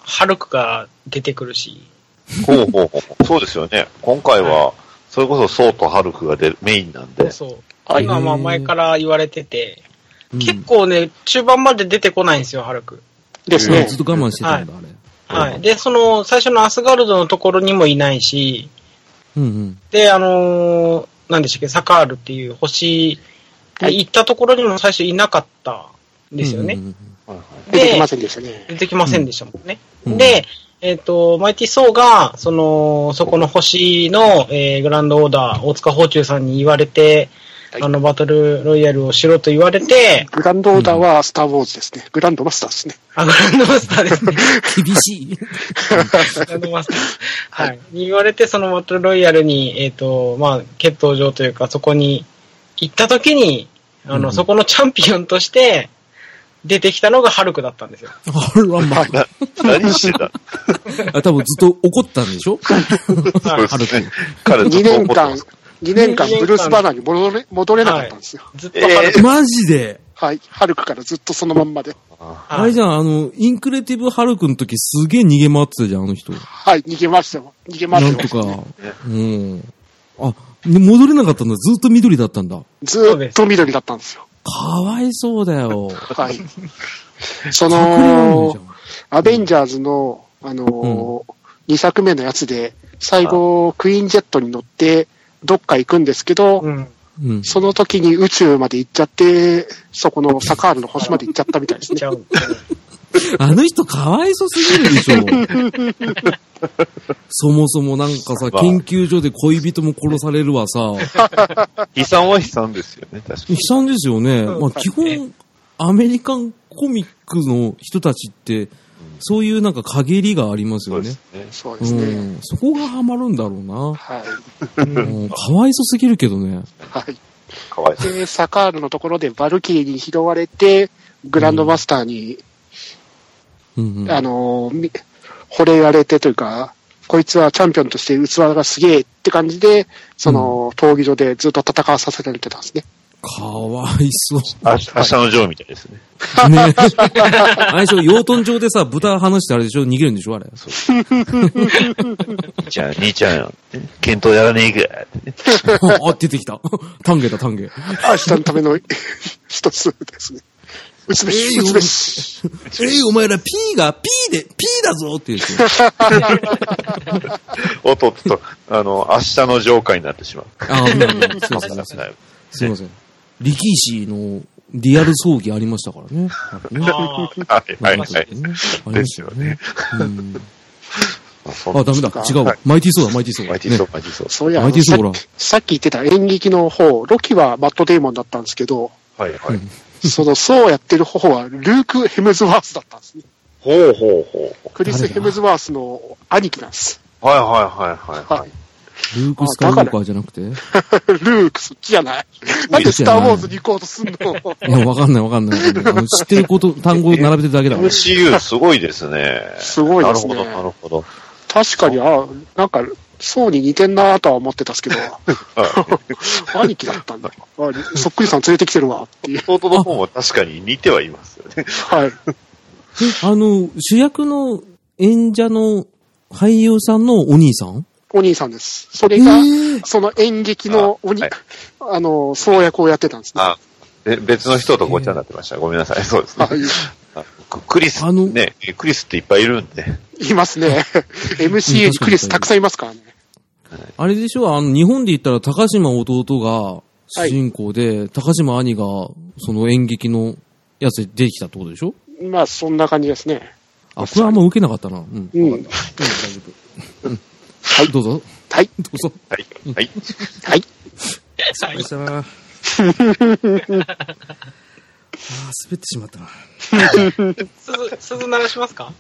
C: ハルクが出てくるし、
E: ほうほうほう。そうですよね。今回は、それこそソウとハルクが出るメインなんで。
C: そう。
A: はい
C: 今はまあ前から言われてて、
B: うん
C: 結構ね、中盤まで出てこないんですよ、ハルク。
A: です
B: うん
A: ね
B: ず。っと我慢してたんだ、あれ。
C: はい。で、その、最初のアスガルドのところにもいないし、
B: うんうん。
C: で、あのー、なんでしたっけ、サカールっていう星
A: は
C: に
A: い
C: 行ったところにも最初いなかったんですよね。
B: うんうんうん
A: 出てきませんでしたね。
C: 出てきませんでしたもんね。
B: うん
C: で、えっ、と、マイティ・ソーが、その、そこの星の、えーグランドオーダー、大塚宝中さんに言われて、
A: はい
C: あの、バトルロイヤルをしろと言われて、
A: グランドオーダーはスター・ウォーズですね。グランドマスターですね。
C: あ、グランドマスターですね。
B: 厳しい。
C: グランドマスター。はい。に言われて、そのバトルロイヤルに、えっ、と、まあ、決闘場というか、そこに行った時に、あの、
B: うん
C: そこのチャンピオンとして、出てきたのがハルクだったんですよ。
B: あらま あ。
E: な何してた
B: あ、多分ずっと怒ったんでしょ
C: はい
E: そうですね。彼ず
A: 2
E: っ
A: 年
E: と怒って
A: 間
E: ます。、
A: 2年間ブルース・バナーに戻れ戻れなかったんですよ。
C: ずっとハルク。
B: マジで。
A: はい。ハルクからずっとそのまんまで。
B: あれじゃん、あの、インクレティブハルクの時すげえ逃げ回ってたじゃん、あの人。
A: はい。逃げましたよ。逃げま
B: な
A: し
B: ん
A: た
B: と
A: よ。
B: か。うん。あ、で戻れなかったんだ。ずっと緑だったんだ。
A: ずーっと緑だったんですよ。
B: かわいそうだよ。
A: はい。 そ
B: 隠れらんない
A: の
B: じゃ、ん
A: アベンジャーズの、あのー、2作目のやつで、最後、クイーンジェットに乗って、どっか行くんですけど、
C: うん。
B: うん。
A: その時に宇宙まで行っちゃって、そこのサカールの星まで行っちゃったみたいです
C: ちゃ
A: ね。
C: うんですね。
B: あの人かわいそすぎるでしょ。 そもそもなんかさ、
E: まあ
B: 研究所で恋人も殺されるわさ、
E: 悲惨は悲惨ですよね、確か
B: 悲
E: に。
B: 惨ですよね。
C: うん
B: まあ基本、アメリカンコミックの人たちって、そういうなんか陰りがあります
E: そ
B: よ
E: う
B: ね
E: で。すね。
A: そう
B: う
A: ですね。
B: ん。そこがハマるんだろうな。
A: はい。
B: うんかわいそすぎるけどね。
A: はい。
E: かわいそう。
A: で、サカールのところでバルキリーに拾われて、グランドマスターに、
B: うんうん。
A: あのーみ惚れられてというか、こいつはチャンピオンとして器がすげえって感じで、その、闘技場でずっと戦わさせられてたんですね。
B: かわいそう。
E: あ明日のジョーみたいですね。
B: ねあれでしょ、養豚場でさ、豚離してあれでしょ、逃げるんでしょ、あれ。
E: 兄ちゃん、兄ちゃん、検討やらねえかってね。
B: あ、出てきた。丹下だ、丹 下。
A: 明日のための 一つですね。打つべし、
B: えー
A: 打つべし。
B: えい、お前ら P が P で P だぞっていう人。
E: おっとっと、あの、明日のジョーカーになってしまう。
B: あー、うんうんそうそうそう。
E: はい
B: すいません。力士のリアル葬儀ありましたからね。
C: あ
E: はいはい
B: ま
E: は
B: したよ
E: い。
B: ねあり
E: で
B: ますした
E: よ
B: よ
E: ね
B: ね。。うん
E: そんな
B: あ、ダメだ。違うわ。マイティーソーだ、マイティーソー。
E: マイティー
B: ね
E: ソー、マイティーソー。
A: そういや、
B: マイティーソーラ
A: さっきさっき言ってた演劇の方、ロキはマットデイモンだったんですけど、
E: はいはい。
A: その、そうやってる方はルーク・ヘムズワースだったんですね。
E: ほうほうほう。
A: クリス・ヘムズワースの兄貴なんです。
E: はいはいはいは
A: はいい。。
B: ルーク・スカイウォーカーじゃなくてい
A: ルーク好きじゃない。なんでスター・ウォーズに行こうとすんの
B: や、わかんないわかんない。あの知ってること、単語を並べてるだけだから。
E: MCU すごいですね。
A: すごいですね
E: なるほど、なるほど。
A: 確かに、あなんか、そうに似てんなとは思ってたんですけど、兄貴だったんだ。あそっくりさん連れてきてるわ、っていう。
E: 弟の方も確かに似てはいますよ ね。
A: はい。
B: え あの、主役の演者の俳優さんのお兄さん
A: お兄さんです。それ
B: え
A: が、
B: ー
A: その演劇のおに、
E: はい
A: あの、創役をやってたんですね。
E: あ、え別の人とごっちゃになってました。ごめんなさい。そうですね。
A: はい。
E: あククリス
B: あ、の
E: ね、クリスっていっぱいいるんで。
A: いますね。MCU にクリスたくさんいますからね。
B: あれでしょあの、日本で言ったら高島弟が主人公で、高島兄がその演劇のやつで出てきたってことでしょ
A: まあ、そんな感じですね。
B: あ、これはあんま受けなかったな。うん。
A: うん。
B: はい、どうぞ。
A: はい。
B: どうぞ。
E: はい。はい。
A: はい。
C: ー
B: したな。あ ー、滑ってしまったな。
C: 鈴、鈴鳴らしますか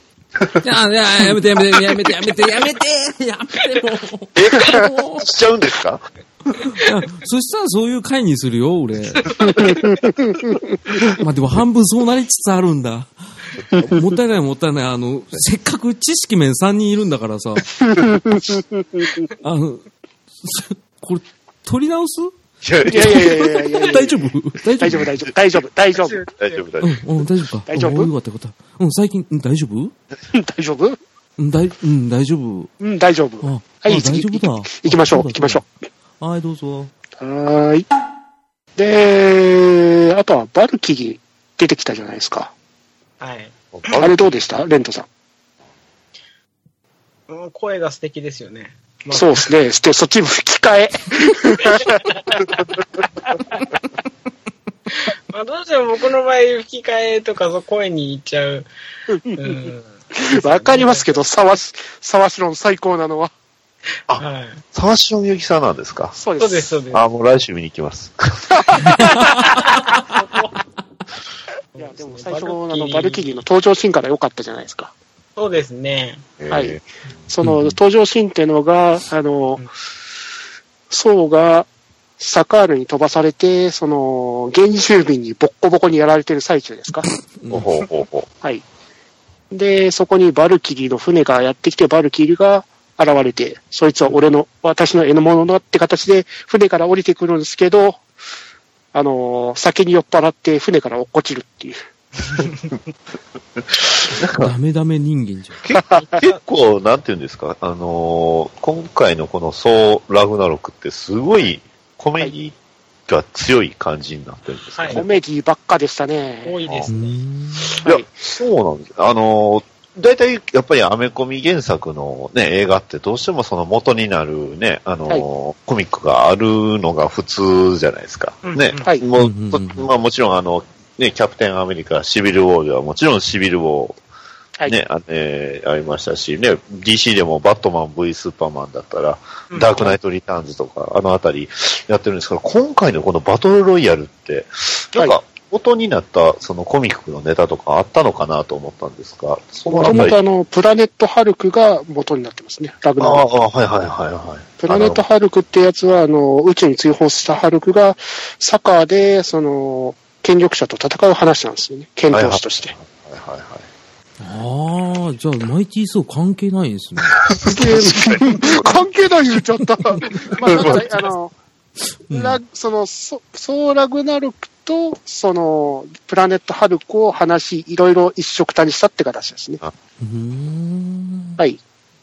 B: いや、いや、やめて、やめて、やめて、やめて、やめて、やめて、もう。
E: しちゃうんですか
B: いやそしたらそういう回にするよ、俺。まあでも半分そうなりつつあるんだ。もったいないもったいない。あの、せっかく知識面3人いるんだからさ。あの、これ、取り直す
A: いやいやいやいやいやいや
B: 大丈夫
A: 大
B: 大
A: 丈
B: 丈
A: 夫
B: 夫
A: 大丈夫大丈夫大丈夫
E: 大丈夫、大丈夫。
B: うん、うん、大丈夫か。
A: 大丈夫
B: うんよかったよかった。うん、最近、うん大丈夫
A: 大丈夫
B: うん、大、うん、大丈夫。
A: うん大丈夫
B: あ、
A: はい
B: あ大丈夫だ。
A: 行きましょう
B: あ
A: 行きましょ。
B: う。はい、どうぞ。
A: うはーいであとはバルキリー出てきたじゃないですか
C: はい。
A: あれどうでしたレントさん
C: うん声が素敵ですよね。まあ
A: そうですね。して、そっちも吹き替え。
C: まあ、どうしても僕の場合、吹き替えとかそう声にいっちゃう。うん。
A: わかりますけど、沢し、沢し論最高なのは。
C: はい。
E: 沢城みゆきさんなんですか
A: そう
C: そ
A: で。
C: うですす、そうです。
E: あ、もう来週見に行きます。
A: いや、でも最初のあの、バルキリーの登場シーンから良かったじゃないですか。
C: そうですね。
A: はい
E: えー
A: そうの、
B: ん
A: 登場シーンっていうのが、あの、僧が、サカールに飛ばされて、その、原住民にボッコボコにやられてる最中ですか。
E: ほうほうほうほ
A: はい。で、そこにバルキリーの船がやってきて、バルキリーが現れて、そいつは俺の、私の獲物だって形で、船から降りてくるんですけど、あのー酒に酔っ払って船から落っこちるっていう。
B: ダメダメ人間じゃん。
E: う 結構、なんて言うんですか、あのー今回のこのソー・ラグナロクってすごいコメディが強い感じになってるんですかね。
C: はい
A: コメディばっかでしたね。
C: 多いです
B: う
C: ね。
B: ん
E: いや、そうなんです。あの、大体、やっぱりアメコミ原作のね、映画ってどうしてもその元になるね、あの、
A: はい
E: コミックがあるのが普通じゃないですか。
C: うん
E: ね。
A: はい
B: う
E: もう、
B: ん
E: とまあもちろんあの、ね、キャプテンアメリカ、シビルウォーではもちろんシビルウォ
A: は
E: ー、
A: い。
E: ね、あえーありましたし、ね、DC でもバットマン V スーパーマンだったら、
C: うん
E: ダークナイトリターンズとか、あのあたりやってるんですけど、今回のこのバトルロイヤルって、なん
A: は
E: か、元になったそのコミックのネタとかあったのかなと思ったんですが、その
A: も
E: あ
A: と
E: た
A: も
E: り。
A: と
E: あ
A: あの、プラネットハルクが元になってますね。ラグナ
E: あ、
A: ロク。
E: はいはいはいはい。
A: プラネットハルクってやつは、あの、宇宙に追放したハルクが、サカーで、その、権力者と戦う話なんですよね。
E: あ
A: 剣
E: のはい
A: 闘
E: はい
A: 士として。
E: はいはいはい。
B: ああ、じゃあ、マイティーソー関係ないんですね。
A: 関係ない言っちゃった。 まあ、だから、あの、
B: うん
A: ラその、ソソーラグナルクと、その、プラネットハルクを話し、いろいろ一緒くたにしたって形ですね。
B: うーん。
A: はい。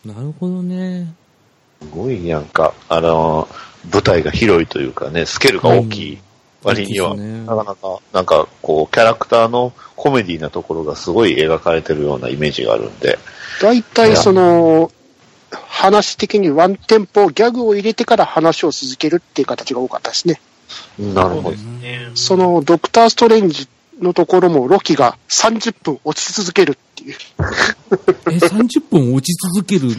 B: なるほどね。
E: すごいなんか、あの、舞台が広いというかね、スケールが大きい割には、
B: うん大きいですね
E: なかなか、なんかこう、キャラクターのコメディなところがすごい描かれてるようなイメージがあるんで、
A: 大体、その、話的にワンテンポ、ギャグを入れてから話を続けるっていう形が多かったですね。
E: な
C: そ
E: るほ
C: う
E: ど
C: で。すね。
A: その、ドクター・ストレンジのところも、ロキが30分落ち続けるっていう。
B: え、30分落ち続ける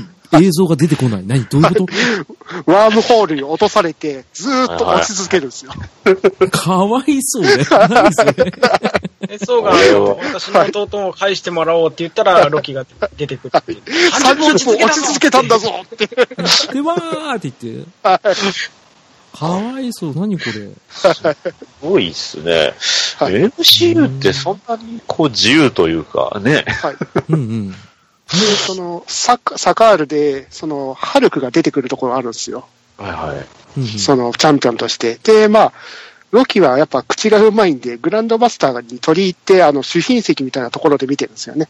B: 映像が出てこない。何どういうこと
A: ワームホールに落とされて、ずーっと落ち続けるんですよ。
B: かわいそうね。何それ。
C: え、そうが
E: これ、を
C: 私の弟も返してもらおうって言ったら、ロキが出てくるっていう。
A: 30分落ち続けたんだぞって。
B: でわーって言って。かわいそう。何これ。
E: すごいっすね。
A: はい
E: MCU ってそんなにこう自由というかね、
A: はい。
B: うんうん。
A: でそのサカ、サカールで、その、ハルクが出てくるところあるんですよ。
E: はいはい。
B: うんうん
A: その、チャンピオンとして。で、まあ、ロキはやっぱ口がうまいんで、グランドマスターに取り入って、あの、主品席みたいなところで見てるんですよね。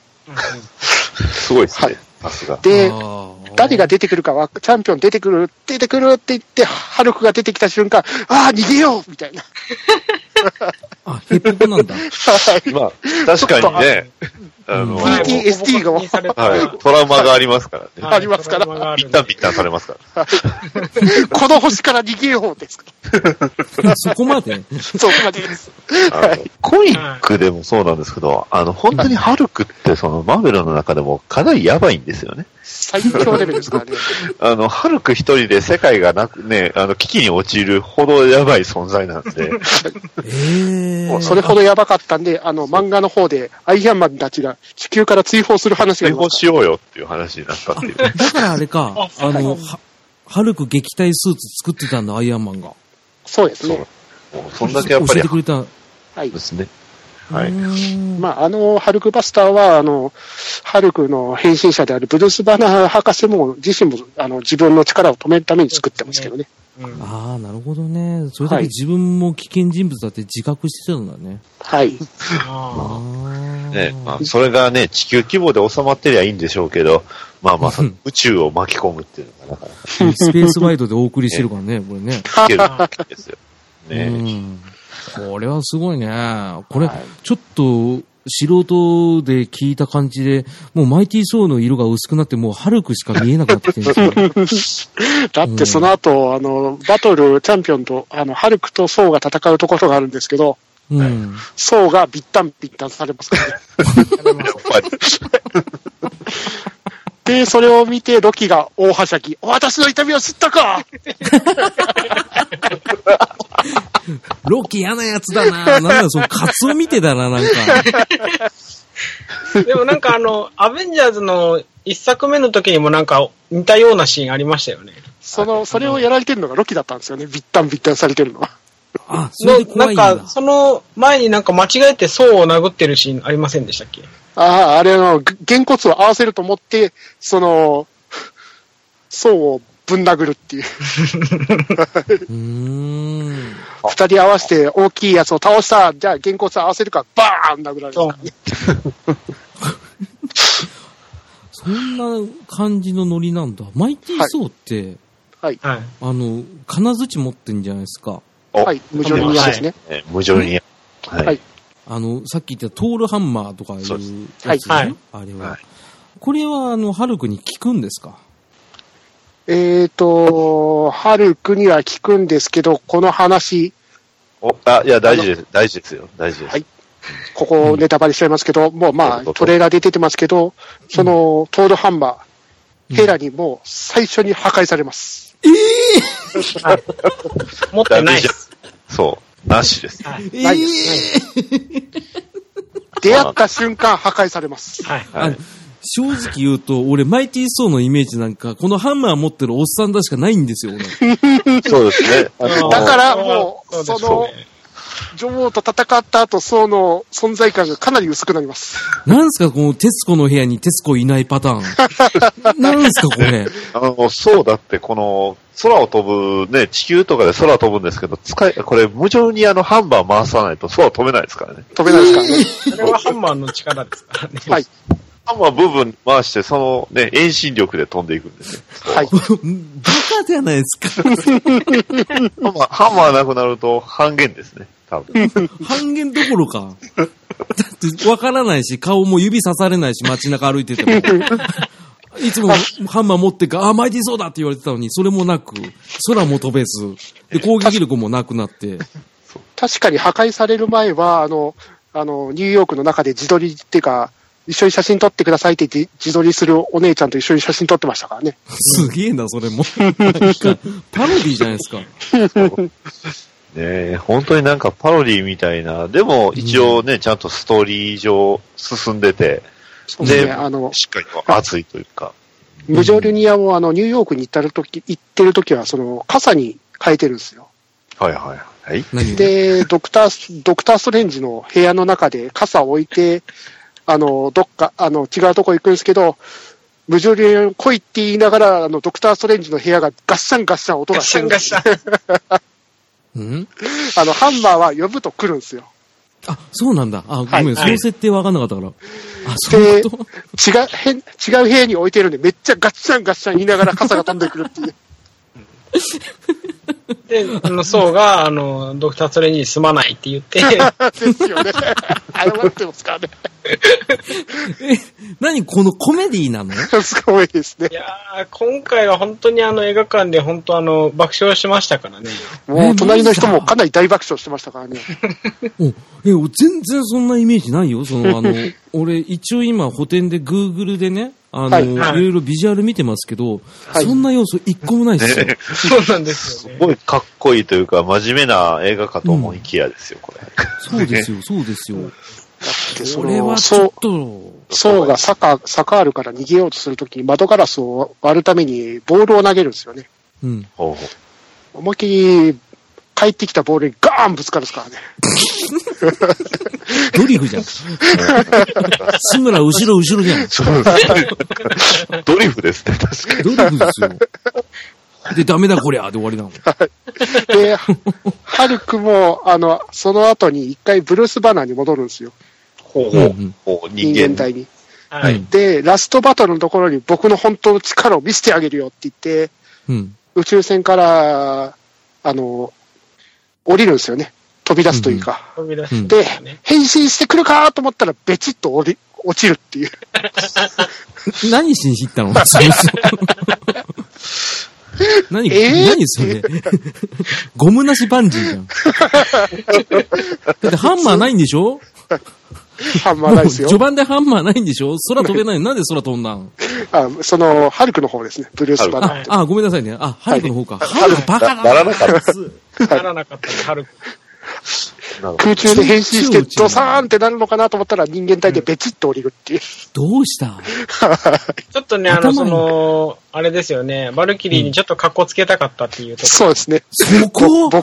E: すごいっす
A: は
E: ね
A: い。
E: さすが。
A: で、
B: あー
A: 誰が出てくるかは、チャンピオン出てくる、出てくるって言って、ハルクが出てきた瞬間、ああ、逃げようみた いな。
B: あ、ヘッポコなんだ。
A: はい。
E: まあ、確かにね、あ
B: ょっとあ
E: の、
B: の
E: はい
A: PTSD が
E: トラウマがありますからね。
A: ありますから
E: ビッタンビッタンされますから。
A: この星から逃げようですか
B: そこまで。
A: ら。そうここまでです。
E: あのコミックでもそうなんですけど、あの、本当にハルクって、その、マーベルの中でもかなりやばいんですよね。
A: 最強レベルです からね。
E: あの、ハルク一人で世界がなく、ね、あの、危機に陥るほどやばい存在なんで、
B: ええー。
A: それほどやばかったんで、あの、漫画の方で、アイアンマンたちが地球から追放する話があ
E: 追
A: りま
E: 放
A: す
E: しようよっていう話になったっていう。
B: だからあれか、
C: あ
B: あの、はハルク撃退スーツ作ってたんだ、アイアンマンが。
A: そうです
E: そう
A: ね。
E: もうそんだけやっぱ
B: 教
E: り
B: えて、くれた。
A: はい
E: で。すね。は
B: う
E: い。
B: ーん
A: まあ、あの、ハルクバスターは、あの、ハルクの変身者であるブルース・バナー博士も、自身も、あの、自分の力を止めるために作ってますけどね。
C: うん。
B: ああ、なるほどね。それだけ自分も危険人物だって自覚してたんだね。
F: はい。
C: あ
B: ああ。
E: ね、まあ、それがね、地球規模で収まってりゃいいんでしょうけど、まあまあ、その宇宙を巻き込むっていうのがなかなか
B: スペースワイドでお送りしてるからね、これね。
E: いけるわけですよ。
B: う
E: ね、
B: ん。これはすごいね。これ、ちょっと、素人で聞いた感じで、もうマイティーソーの色が薄くなって、もうハルクしか見えなくなってきてるんですよ。
F: だってその後、あの、バトルチャンピオンと、あの、ハルクとソウが戦うところがあるんですけど、
B: うん。
F: ソウがビッタンビッタンされますからね。
E: やっぱり、
F: で、それを見て、ロキが大はしゃぎ、私の痛みを知ったか
B: ロキ嫌なやつだな。なんだよ、そのカツオ見てたな、なんか。
C: ーでもなんかあの、アベンジャーズの一作目の時にもなんか似たようなシーンありましたよね。
F: その、それをやられてるのがロキだったんですよね。ビッタンビッタンされてるのは。
B: あ、それ
C: の
B: で怖いん
C: なん
B: だ
C: か、。その前になんか間違えて層を殴ってるシーンありませんでしたっけ
F: ああ、あれの、げげんこつを合わせると思って、その、ソウをぶん殴るっていう。
B: うーん。
F: 二人合わせて大きいやつを倒した。じゃあ、げんこつ合わせるから、バーン殴られる。
C: そう。
B: そんな感じのノリなんだ。マイティーソーって、
C: はい。
B: あの、金槌持ってんじゃないですか。
E: お
F: はい、無情に嫌ですね。
E: ね無情にや、はい。
F: はい
B: あの、さっき言ったトールハンマーとかいう
E: そうで
B: やつね
C: はい
B: あれは、
E: はい
B: これは、あの、ハルクに効くんですか
F: えーと、ハルクには聞くんですけど、この話、
E: お、あ、いや、大事です。大事ですよ。大事です。
F: はいここネタバレしちゃいますけど、もうま
E: どう
F: あ、
E: ぞ
F: トレーラーで出てますけど、その、トールハンマー、ヘラにもう最初に破壊されます。
C: 持って
E: ダ
C: な
E: メ
C: いで
E: じゃ
C: す。
E: そう。なしです。
C: はい。
B: え
F: ないです出会った瞬間破壊されます。
C: はい。
B: あの正直言うと、俺、マイティーソーのイメージなんか、このハンマー持ってるおっさんだしかないんですよ、俺。
E: そうですね。あの
F: だからもう
C: ですね
F: その女王と戦った後、ソウの存在感がかなり薄くなります。
B: なんすか、この、テスコの部屋にテスコいないパターン。なんすか、これ。
E: あの、そうだって、この、空を飛ぶ、ね、地球とかで空を飛ぶんですけど、使い、これ、無情にあの、ハンバー回さないと空を飛べないですからね。
F: 飛べないですから
C: そ
F: ね。
C: れはハンマーの力ですからね。
F: はい。
E: ハンバー部分回して、その、ね、遠心力で飛んでいくんですね。
F: はい。
B: バカじゃないですか。
E: ハンマー、ハンマーなくなると半減ですね。多分。
B: 半減どころか。だって、わからないし、顔も指刺されないし、街中歩いてても。いつもハンマー持ってか、あ、巻いてそうだって言われてたのに、それもなく、空も飛べず、で、攻撃力もなくなって、
F: 確かに破壊される前は、あの、あの、ニューヨークの中で自撮りっていうか、一緒に写真撮ってくださいって自自撮りするお姉ちゃんと一緒に写真撮ってましたからね。
B: すげえな、それも。なんかパロディじゃないですか。
E: ねえ本当になんかパロディみたいな、でも一応ね、ちゃんとストーリー上進んでて、
F: そうですね。
E: で
F: あの、
E: しっかりと熱いというか、
F: ムジョルニアもあの、ニューヨークに行った時、行ってる時は、その、傘に変えてるんですよ。
E: はいはいはい。
B: 何を
F: で、ドクター、ドクターストレンジの部屋の中で傘を置いて、あの、どっか、あの、違うとこ行くんですけど、無条理に来いって言いながら、あの、ドクターストレンジの部屋がガッシャンガッシャン音
C: ガ
F: が
C: ッ
F: して
C: シャ
F: る
C: ン
F: ん
C: ガッ
F: です
C: シャン。
B: ん
F: あの、ハンマーは呼ぶと来るんですよ。
B: あ、そうなんだ。あ、ご
F: はい
B: めん、そ
C: は
B: の
C: い
B: 設定わかんなかったから。あ、そうい
F: で、違
B: う
F: う
B: こと、
F: 変、違う部屋に置いてるんで、めっちゃガッシャンガッシャン言いながら傘が飛んでくるっていう。
C: で、あの、層が、あの、ドクター・ストレンジにすまないって 言って、
F: ですよね。謝ってますからね。
B: え、何このコメディなの
F: すごいですね
C: い。やー、今回は本当にあの映画館で本当あの、爆笑しましたからね。
F: もう、隣の人もかなり大爆笑してましたからね。
B: おえ、お全然そんなイメージないよ。その、あの、俺、一応今、補填で Google でね、あの、
F: はい
B: い
C: はい
B: ろいろビジュアル見てますけど、
F: はい
B: そんな要素一個もないですよ。
C: そうなんです
E: す
C: よね。
E: ごいかっこいいというか、真面目な映画かと思いきやですよ、これ。
B: そうですよ、そうですよ。
F: で
B: そ
F: そ
B: れは
F: の、
B: ちょ
F: そ
B: っ
F: う、
B: と、
F: そうが坂、坂あるから逃げようとするときに窓ガラスを割るためにボールを投げるんですよね。
B: うん。
E: ほうほう
F: 思いっきり帰ってきたボールにガーンぶつかるんですからね。
B: ドリフじゃん。志村、後ろ、後ろじゃん。
E: ドリフですね、確かに。
B: ドリフですよ。で、ダメだこりゃで終わりなの。
F: で、ハルクも、あの、その後に一回ブルースバナーに戻るんですよ。
E: ほう
B: う
E: ほ
B: んう。
E: うんほう人
F: 人
E: 間体。
F: 間体に。
C: は
B: う
C: い
B: ん。
F: で、ラストバトルのところに僕の本当の力を見せてあげるよって言って、
B: うん。
F: 宇宙船から、あの、降りるんですよね。飛び出すというか。
C: 飛び出す
B: うん
C: ん
F: で
C: ですよね。、
F: 変身してくるかと思ったら、ベチッと降り、落ちるっていう。
B: 何しに行ったのそもそも何、
F: えー
B: 何それゴムなしバンジーじゃん。だってハンマーないんでしょ
F: ハンマーないですよ
B: 序。盤でハンマーないんでしょ空飛べない。なんで空飛んだん
F: あその、ハルクの方ですね。ブルースバナー。
C: はい
B: あ、ごめんなさいね。あ、ハルクの方か。ハルクバカだ
E: ならなかった。
C: ならなかったら、ハルク。
F: 空中で変身して、ドサーンってなるのかなと思ったら、人間体でベチッと降りるっていう。
B: どうした
C: ちょっとね、あ
B: 頭
C: の、
B: に
C: その、あれですよね、バルキリーにちょっと格好つけたかったっていうとこ
F: そうですね。
B: そこ
F: ぼぼ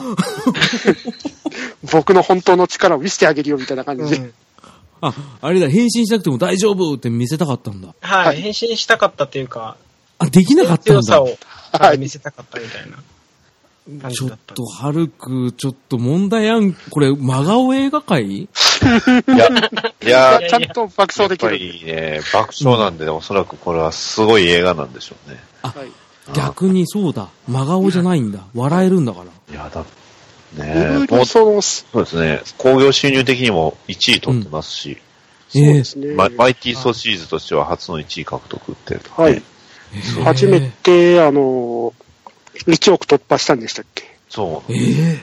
F: 僕の本当の力を見せてあげるよみたいな感
C: ろ。
F: じで。
C: うん
B: あ、あれだ、変身しなくても大丈夫って見せたかったんだ。
C: は
F: はい
C: い、変身したかったというか、
B: あ、できなかったん
C: 強さ
B: だ。
C: をなんか見せたかったみたいな感
B: ち
C: じ
B: ょ
C: だっ。
B: ったと、ハルク、ちょっと問題あん、これ、真顔映画界
E: いや、いや、
F: ちゃんと爆
E: や
F: 走
E: っ
F: でき
E: ぱ
F: る。
E: りね、爆笑なんで、おそらくこれはすごい映画なんでしょうね。
F: はい
B: 逆にそうだ。真顔じゃないんだ。笑えるんだから。
E: いや、だ、
F: いろ
E: ね
F: い
E: も
F: ろ
E: うそ
F: その、そう
E: ですね、興行収入的にも1位取ってますし、
F: うですね。
E: ママイティーソーシリーズとしては初の1位獲得って、ね
F: はい。
B: へえ
F: 初めて、あの、1億突破したんでしたっけ
E: そう。
B: ええ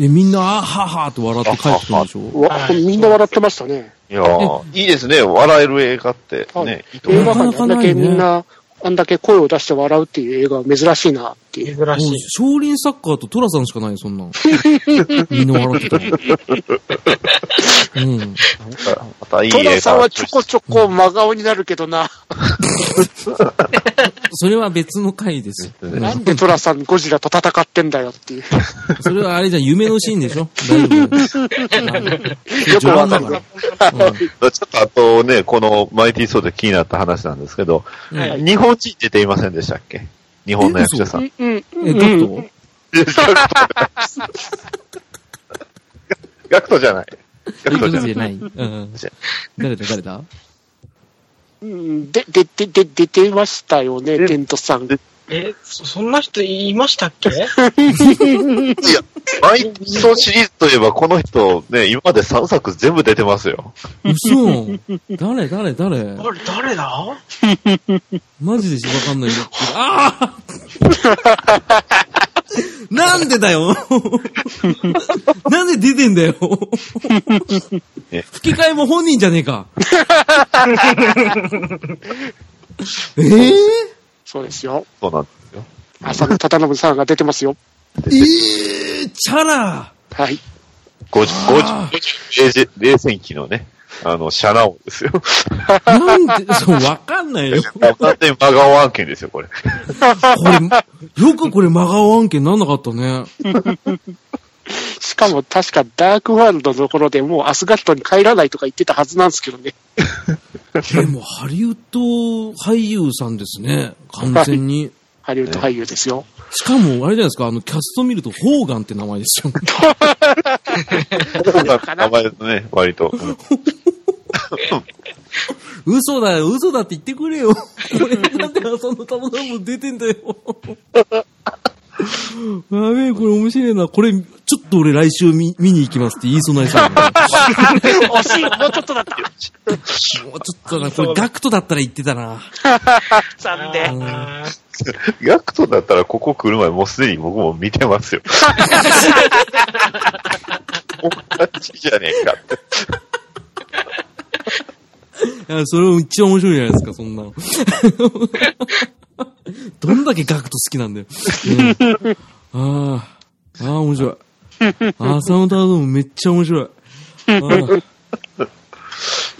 B: え、みんな、あははと笑って帰ってくるんでしょ
F: わ
C: はい
F: みんな笑ってましたね。
E: いやーいいですね、笑える映画って、
F: はい
E: ね、いいと思
F: 映
E: いま
F: 画
E: す。
F: 館であんだけみんな、あんだけ声を出して笑うっていう映画は珍しいなっていう。
C: 珍
B: も
C: し
B: う
C: い。、
B: 少林サッカーと寅さんしかないよ、そんなん。みんな笑ってたもん。うん。
E: またいい
F: ト
E: 映
F: ラさん
E: 画
F: はちょこちょこ真顔になるけどな。
B: それは別の回ですよ。
E: うん
F: なんでトラさんゴジラと戦ってんだよっていう。
B: それはあれじゃん、夢のシーンでしょ大丈夫。
F: よくわか
B: 序
F: る。
B: 盤だから。
E: ちょっとあとね、このマイティーソーで気になった話なんですけど、
B: はい
E: 日本人出ていませんでしたっけ日本の役者さん。
F: うん、
B: うんえ、ガクト
E: ガクトじゃない。
B: え
E: ガク
B: ガク
E: トじ
B: ト
E: ゃな
B: じ
E: い
B: ゃ。ない。うん
E: じゃ
B: 誰だ、誰だ
F: うん。で、で、で、で、出てましたよね、テントさん。
C: え、そそんな人いましたっけ
E: いや、マイティーソーシリーズといえばこの人ね、今まで3作全部出てますよ。
B: 嘘誰、誰、誰
C: あれ、誰だ
B: マジでしわかんないよ。ああなんでだよなんで出てんだよ
E: え
B: 吹き替えも本人じゃねえかええ
F: そうですよ。
E: そうなんですよ。
F: 浅野忠信さんが出てますよ。
B: ええチャラ
F: はい。
E: 50、50、冷戦期のね、あの、シャナオですよ。
B: なんで、そう、わかんないよ。
E: 完全に真顔案件ですよ、これ。
B: これ、よくこれ真顔案件なんなかったね。
F: しかも確かダークワールドのところでもうアスガルトに帰らないとか言ってたはずなんですけどね。
B: でも、ハリウッド俳優さんですね。完全に。
F: ハリウッド俳優ですよ。
B: しかも、あれじゃないですか、あの、キャスト見ると、ホーガンって名前ですよ。
E: 名前ですね、割と。
B: 嘘だよ、嘘だって言ってくれよ。これなんで浅野たまたも出て んだよ。やべえ、これ面白いな。これ、ちょっと俺来週見見に行きますって言いそうになりそうだな
F: 惜しいもうちょっとだった
B: もうちょっとな、これガクトだったら言ってたな。
F: 残
C: あ
F: 念。
C: ー
E: ガクトだったらここ来る前もうすでに僕も見てます よ。おかしいじゃねえかって。
B: いや、それも一番面白いじゃないですか、そんなの。どんだけガクト好きなんだよ。うん、ああ、ああ、面白い。浅野太郎もめっちゃ面白い。ああ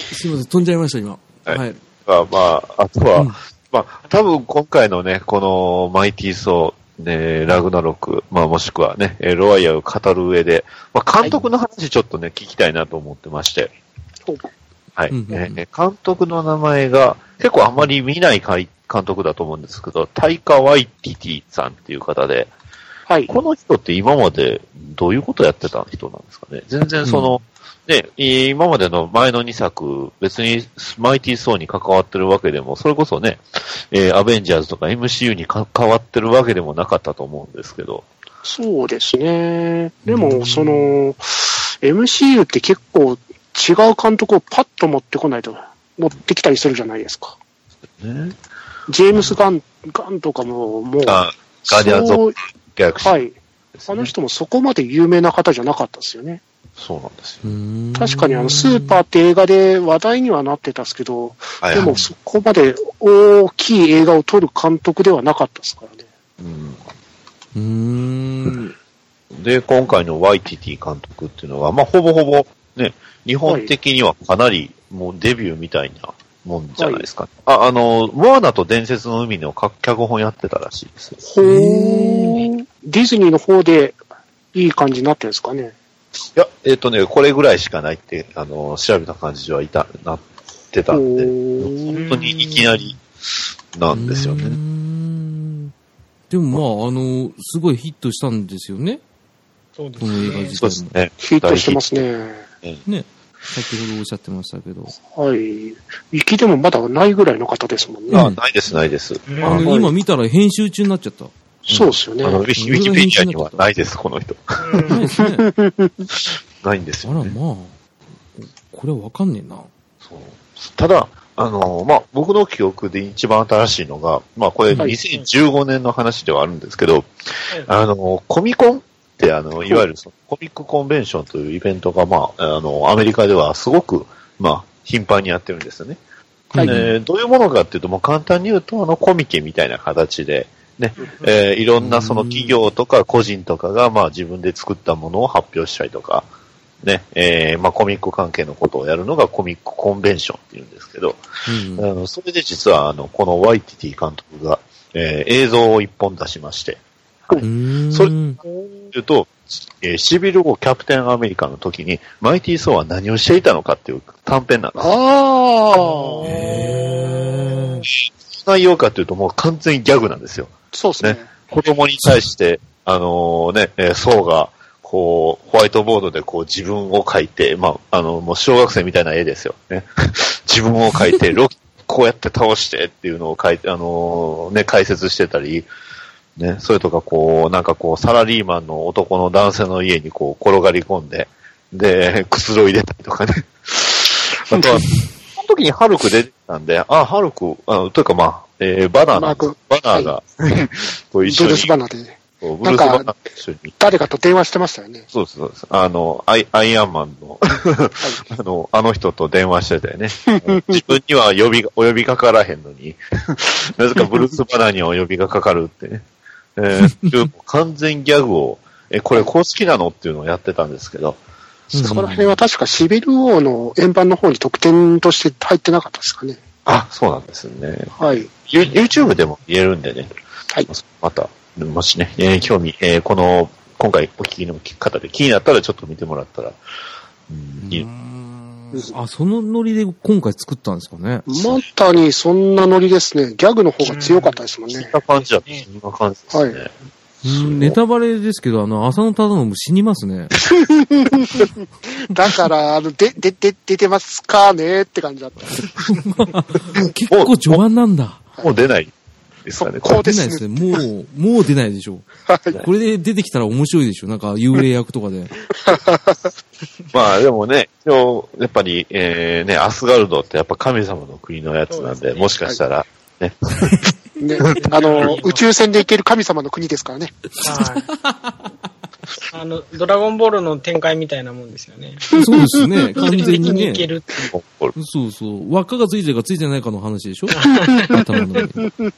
B: すいません、飛んじゃいました、今。
E: はい
B: はい。
E: まあ、まあ、あとは、
B: うん
E: まあ、多分今回のね、このマイティーソー、ね、ラグナロク、まあもしくはね、えーロワイヤルを語る上で、まあ監督の話ちょっとね、聞きたいなと思ってまして。はい。
B: うんうんうん
E: えー監督の名前が結構あまり見ないかい監監督だと思うんですけど、タイカ・ワイティティさんっていう方で、
F: はい。
E: この人って今までどういうことやってた人なんですかね全然その、ね、今までの前の2作、別にマイティー・ソーに関わってるわけでも、それこそね、えーアベンジャーズとか MCU に関わってるわけでもなかったと思うんですけど、
F: そうですね。でも、その、MCU って結構違う監督をパッと持ってこないと、持ってきたりするじゃないですか。
E: ね、
F: ジェームス・ガン、ガンとかも、もう、
E: あガーディアンズ・
F: そう
E: ギャラクシー
F: はい。
E: です
F: あ
E: ね、
F: の人もそこまで有名な方じゃなかったですよね。
E: そうなんですよ。
F: 確かにあの、スーパーって映画で話題にはなってたんですけど、
E: はい
F: でもそこまで大きい映画を撮る監督ではなかったですからね。
E: うん
B: うーん。
E: で、今回のワイティティ監督っていうのは、まあ、ほぼほぼ、ね、日本的にはかなり、もうデビューみたいなもんじゃないですか、あ、あの、モアナと伝説の海の脚脚本やってたらしいです。
F: ほー。ディズニーの方でいい感じになってるんですかね。
E: いや、えっ、とね、これぐらいしかないって、あの、調べた感じではいた、なってたんで、
F: ほ
E: も
F: ー
E: う本当にいきなりなんですよ
B: うー
E: ね。
B: んでもまあ、あの、すごいヒットしたんですよね。
C: そうで
B: この映画
C: すね。
B: 自
E: そ
B: 体
E: うです
B: も。
E: ね。
F: ヒットしてますね。
B: ね。先ほどおっしゃってましたけど。
F: はい。きでもまだないぐらいの方ですもんね。
E: あ、ないです、ないです。
C: うん
B: あ
E: あの
B: の、今見たら編集中になっちゃった。
F: そうですよね
E: あ。のウィキウィキペディアにはないです、この人。
B: ないですね。あ
E: ないんです
B: ら
E: よ、
B: ま
E: ね。
B: あ、ここれわかんねえな。
E: そうただ、あの、まあ、僕の記憶で一番新しいのが、まあ、これ
F: はい
E: 2015年の話ではあるんですけど、
C: はい
E: あの、コミコンって、あの、いわゆるそのコミックコンベンションというイベントが、まあ、あの、アメリカではすごく、まあ、頻繁にやってるんですよね。
F: はい
E: えーどういうものかっていうと、もう簡単に言うと、あの、コミケみたいな形で、ね、えーいろんなその企業とか個人とかが、まあ、自分で作ったものを発表したりとか、ね、えーまあ、コミック関係のことをやるのがコミックコンベンションっていうんですけど、
B: うん
E: あのそれで実は、あの、このワイティティ監督が、えー映像を一本出しまして、
B: うん。
E: それ
B: うん
E: 言うと、えーシビル号キャプテンアメリカの時に、マイティー・ソーは何をしていたのかっていう短編なんです。
F: ああ、
B: へー
E: 内容かっていうともう完全にギャグなんですよ。
F: そうです
E: ね
F: ね。。
E: 子供に対して、あのね、えーソーが、こう、ホワイトボードでこう自分を描いて、まあ、あの、もう小学生みたいな絵ですよ。ね。 自分を描いて、ロッキーこうやって倒してっていうのを書いて、あのね、解説してたり、ね、それとかこう、なんかこう、サラリーマンの男の男性の家にこう、転がり込んで、で、 くつろいでたりとかね。あとは、その時にハルク出てきたんで、あ、ハルク、あのというかまあ、えーバナーなんですバナーが、と
F: ブ
E: 一緒
F: ルー
E: に
F: ス・バナーで。
E: そうブ
F: な
E: ルー
F: ん
E: ス・
F: か
E: バナーと一緒に。
F: 誰かと電話してましたよね。
E: そうです、そうです。あの、アイアイアンマンのあの、あの人と電話してたよね。自分には呼びが、お呼びかからへんのに、なぜかブルース・バナーにはお呼びがかかるってね。えーいう完全ギャグを、え、これ公式なのっていうのをやってたんですけど、
F: そこら辺は確かシビル王の円盤の方に特典として入ってなかったですかね。
E: あ、そうなんですね。
F: はい。
E: You- YouTube でも言えるんでね、
F: はい。
E: また、もしね、えー興味、えーこの、今回お聞きの方で気になったらちょっと見てもらったら、うん、いい
B: あ、そのノリで今回作ったんですかね。
F: またにそんなノリですね。ギャグの方が強かったですもん
E: そ
F: ね
E: ん。な感じだった。そんな感じですね。
F: は
B: うんネタバレですけど、あの、浅野忠信死にますね。
F: だから、あの、で、で、で、出てますかねって感じだった。
B: 結構序盤なんだ。
E: もう出ないですかね。
F: こう
B: 出
F: で
B: ないですす
F: ね。
B: ね。もう、もう出ないでしょ。これで出てきたら面白いでしょ。なんか幽霊役とかで。
E: まあでもね、今日、やっぱり、えー、ね、アスガルドってやっぱ神様の国のやつなん
C: そうで
E: で、
C: すね
E: もしかしたら、ね、
F: ね。あの、宇宙船で行ける神様の国ですからね。
C: はい。あの、ドラゴンボールの展開みたいなもんですよね。
B: そうですね。完全に
C: いけ
B: ね。
C: るっていう。
E: ここ
B: そうそう。輪っかがついてるかついてないかの話で しょ頭の中に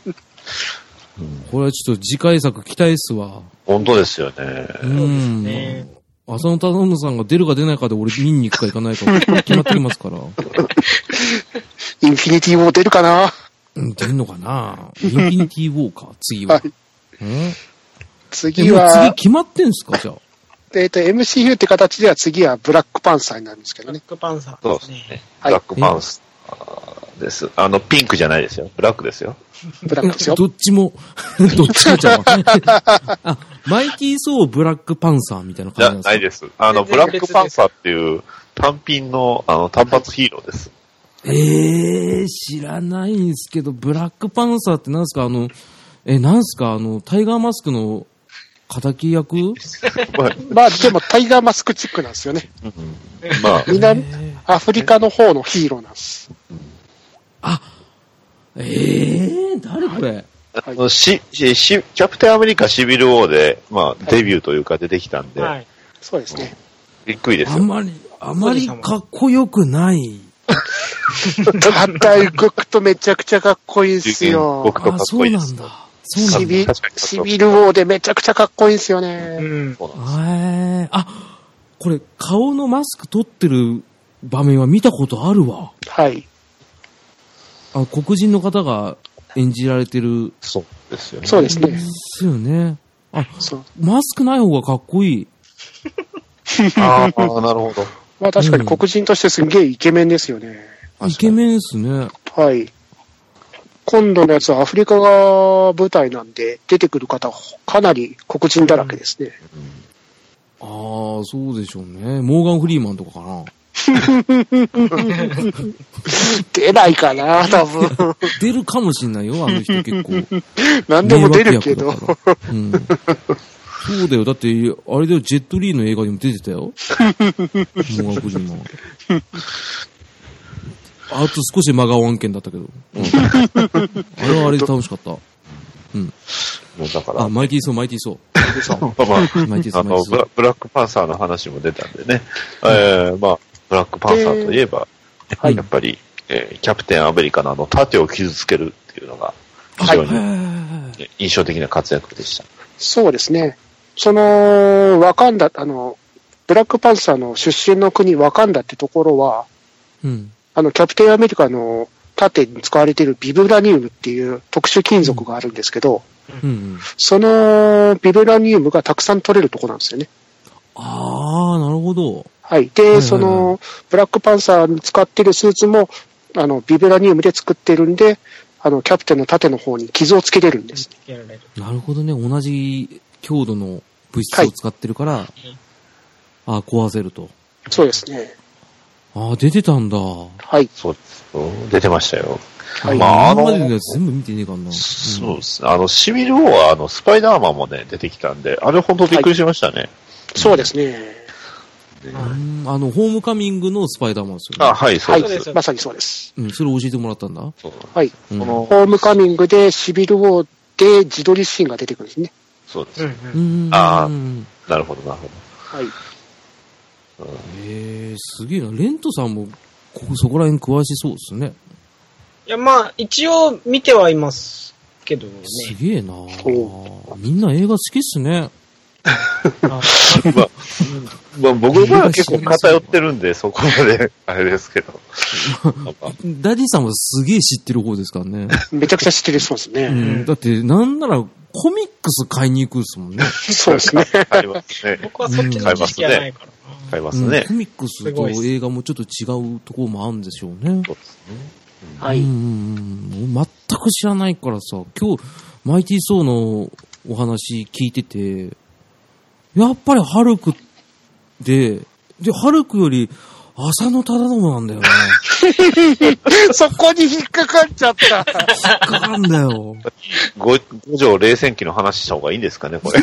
B: これはちょっと次回作期待っすわ。
E: 本当ですよね。
B: うん。
C: ね
B: 浅野忠信さんが出るか出ないかで俺見に行くか行かないか決まってきますから。
F: インフィニティウォー出るかな
B: うん、出るのかなインフィニティウォーカー、次は。
F: はい
B: うん
F: 次
B: もう次
F: は、
B: 決まってんすかじゃあ。
F: えっと、MCU って形では次はブラックパンサーになるんですけ
C: ブ
F: ど
C: ラッ
F: ね。
C: クパンサー
E: そう
C: で
E: ですす
C: ね。
E: ね。
F: は
E: ブ
F: い
E: ラックマウスです。あの、ピンクじゃないですよ。ブラックですよ。
F: ブラッ クですよ。
B: どっちも、どっちもじゃ ん。あ、マイティー・ソー・ブラック・パンサーみたいな
E: じゃ
B: 感じな
E: なんい
B: で
E: です。あ
C: 全
E: の、ブ
C: 然
E: ラックパンサーっていう単品の、あの、単発ヒーローで
B: す
E: す。
B: かええー、知らないんですけど、ブラック・パンサーってなんすかあの、え、なんすかあの、タイガーマスクの敵役
E: まあ、
F: まあでもタイガーマスクチックなんですよね。
E: まあ、
F: 南アフリカの方のヒーローなんです。
B: ええー、誰これ
E: あのし、し、しキャプテンアメリカシビルウォーで、まあ、デビューというか出てきたんで、
C: はい。
F: そうですね。
E: びっくりです
B: あ
E: よ。
B: まり、あまりかっこよくない。
F: 硬い動くとめちゃくちゃかっこいいんですよ
E: 僕。とか
B: あ、
E: っ
B: そ
E: こ
B: う
E: いいで
B: なん
E: す。
B: だ。そう
F: シ
B: なんだ。
F: ビ
E: 確かに
F: シビル王でめちゃくちゃかっこいいんですよね。
C: うん。
E: そうなんです
B: えー、あ、これ、顔のマスク取ってる場面は見たことあるわ。
F: はい。
B: あ黒人の方が演じられてる。
E: そうですよね。
F: そうです
B: で
F: ね。
B: すよね。あ、
F: そう。
B: マスクない方がかっこいい。
E: ああ、なるほど。
F: まあ確かに黒人としてすんげえイケメンですよね。
B: イケメンですね。
F: はい。今度のやつはアフリカが舞台なんで、出てくる方、かなり黒人だらけですね。
B: ああ、そうでしょうね。モーガン・フリーマンとかかな。
F: 出ないかな、多分。
B: 出るかもしんないよ、あの人結構。
F: 何でも出るけど
B: 迷。惑役だからうん。そうだよ。だって、あれだよ、ジェットリーの映画にも出てたよ。モーガン・フリーマン。あと少し真顔案件だったけど。うんあれはあれで楽しかった。
E: もうだから、
B: あ、マイティー・ソー、マイティー・ソ
E: まあまあ、
B: ー。マイティー・ソー、
E: あ
B: マイ
E: の
B: ティー・ソ
E: ブ
B: ー
E: ラ、ブラックパンサーの話も出たんでね、えーまあ、ブラックパンサーといえば、
B: はい
E: やっぱり、えーキャプテンアメリカのあの盾を傷つけるっていうのが、非常
B: はいはい
E: に
B: はいはい。
E: 印象的な活躍でした。
F: そうですね。その、ワカンダ、あの、ブラックパンサーの出身の国、ワカンダってところは、
B: うん。
F: あの、キャプテンアメリカの盾に使われているビブラニウムっていう特殊金属があるんですけど、
B: うんうん。
F: そのビブラニウムがたくさん取れるとこなんですよね。
B: ああ、なるほど。
F: はい。
B: いはいは
F: で、
B: い
F: その、ブラックパンサーに使ってるスーツも、あの、ビブラニウムで作ってるんで、あの、キャプテンの盾の方に傷をつけれるんです。
C: やられる。
B: なるほどね。同じ強度の物質を使ってるから、ああ、壊せると。
F: そうですね。
B: ああ、出てたんだ。
F: はい。
E: そうですよ出てましたよ。
F: はい。
E: まああの
B: 今までのやつ全部見てねえかんな。
E: そうですね。あの、シビル王は、あの、スパイダーマンもね、出てきたんで、あれ本当びっくりしましたね。
F: そうですね。
B: うんあの、ホームカミングのスパイダーマンですよね。
E: あ、はい、そ
F: は
E: うです。
F: い。まさにそうです。
B: うん、それ教えてもらったんだ。
E: そう
F: はい。
B: うん
E: この
F: ホームカミングでシビルウォーで自撮りシーンが出てくるんですね。
E: そうです。
C: うんう。
B: うんん。
E: あー
B: うん
E: なるほど、な るほ
F: はい。
B: ええすげえな。レントさんも、ここ、そこら辺詳しそうですね。
C: いや、まあ、一応見てはいますけどね。
B: すげえな
F: そ
B: みんな映画好きっすね。
C: あ
E: ど。まあ、まあ、僕の場合は結構偏ってるんで、そこまで、 あれですけど。
B: ダディさんはすげえ知ってる方ですからね。
F: めちゃくちゃ知ってるそうです
B: う
F: ね。
B: ん。だって、なんなら、コミックス買いに行くっすもんね。
F: そうですね。
E: 買いますね。
C: 僕はそっちの知識はないから。
E: 買います
B: うん
E: ね。
B: コミックスと映画もちょっと違うところもあるんでしょうね。
E: そうですね。
F: は
B: うん
F: い。
B: うんうん。全く知らないからさ、今日、マイティー・ソーのお話聞いてて、やっぱりハルクで、で、ハルクより浅野忠信なんだよね。
F: そこに引っかかっちゃった。
B: かかんだよ。
E: 五五条冷戦期の話した方がいいんですかね、これ。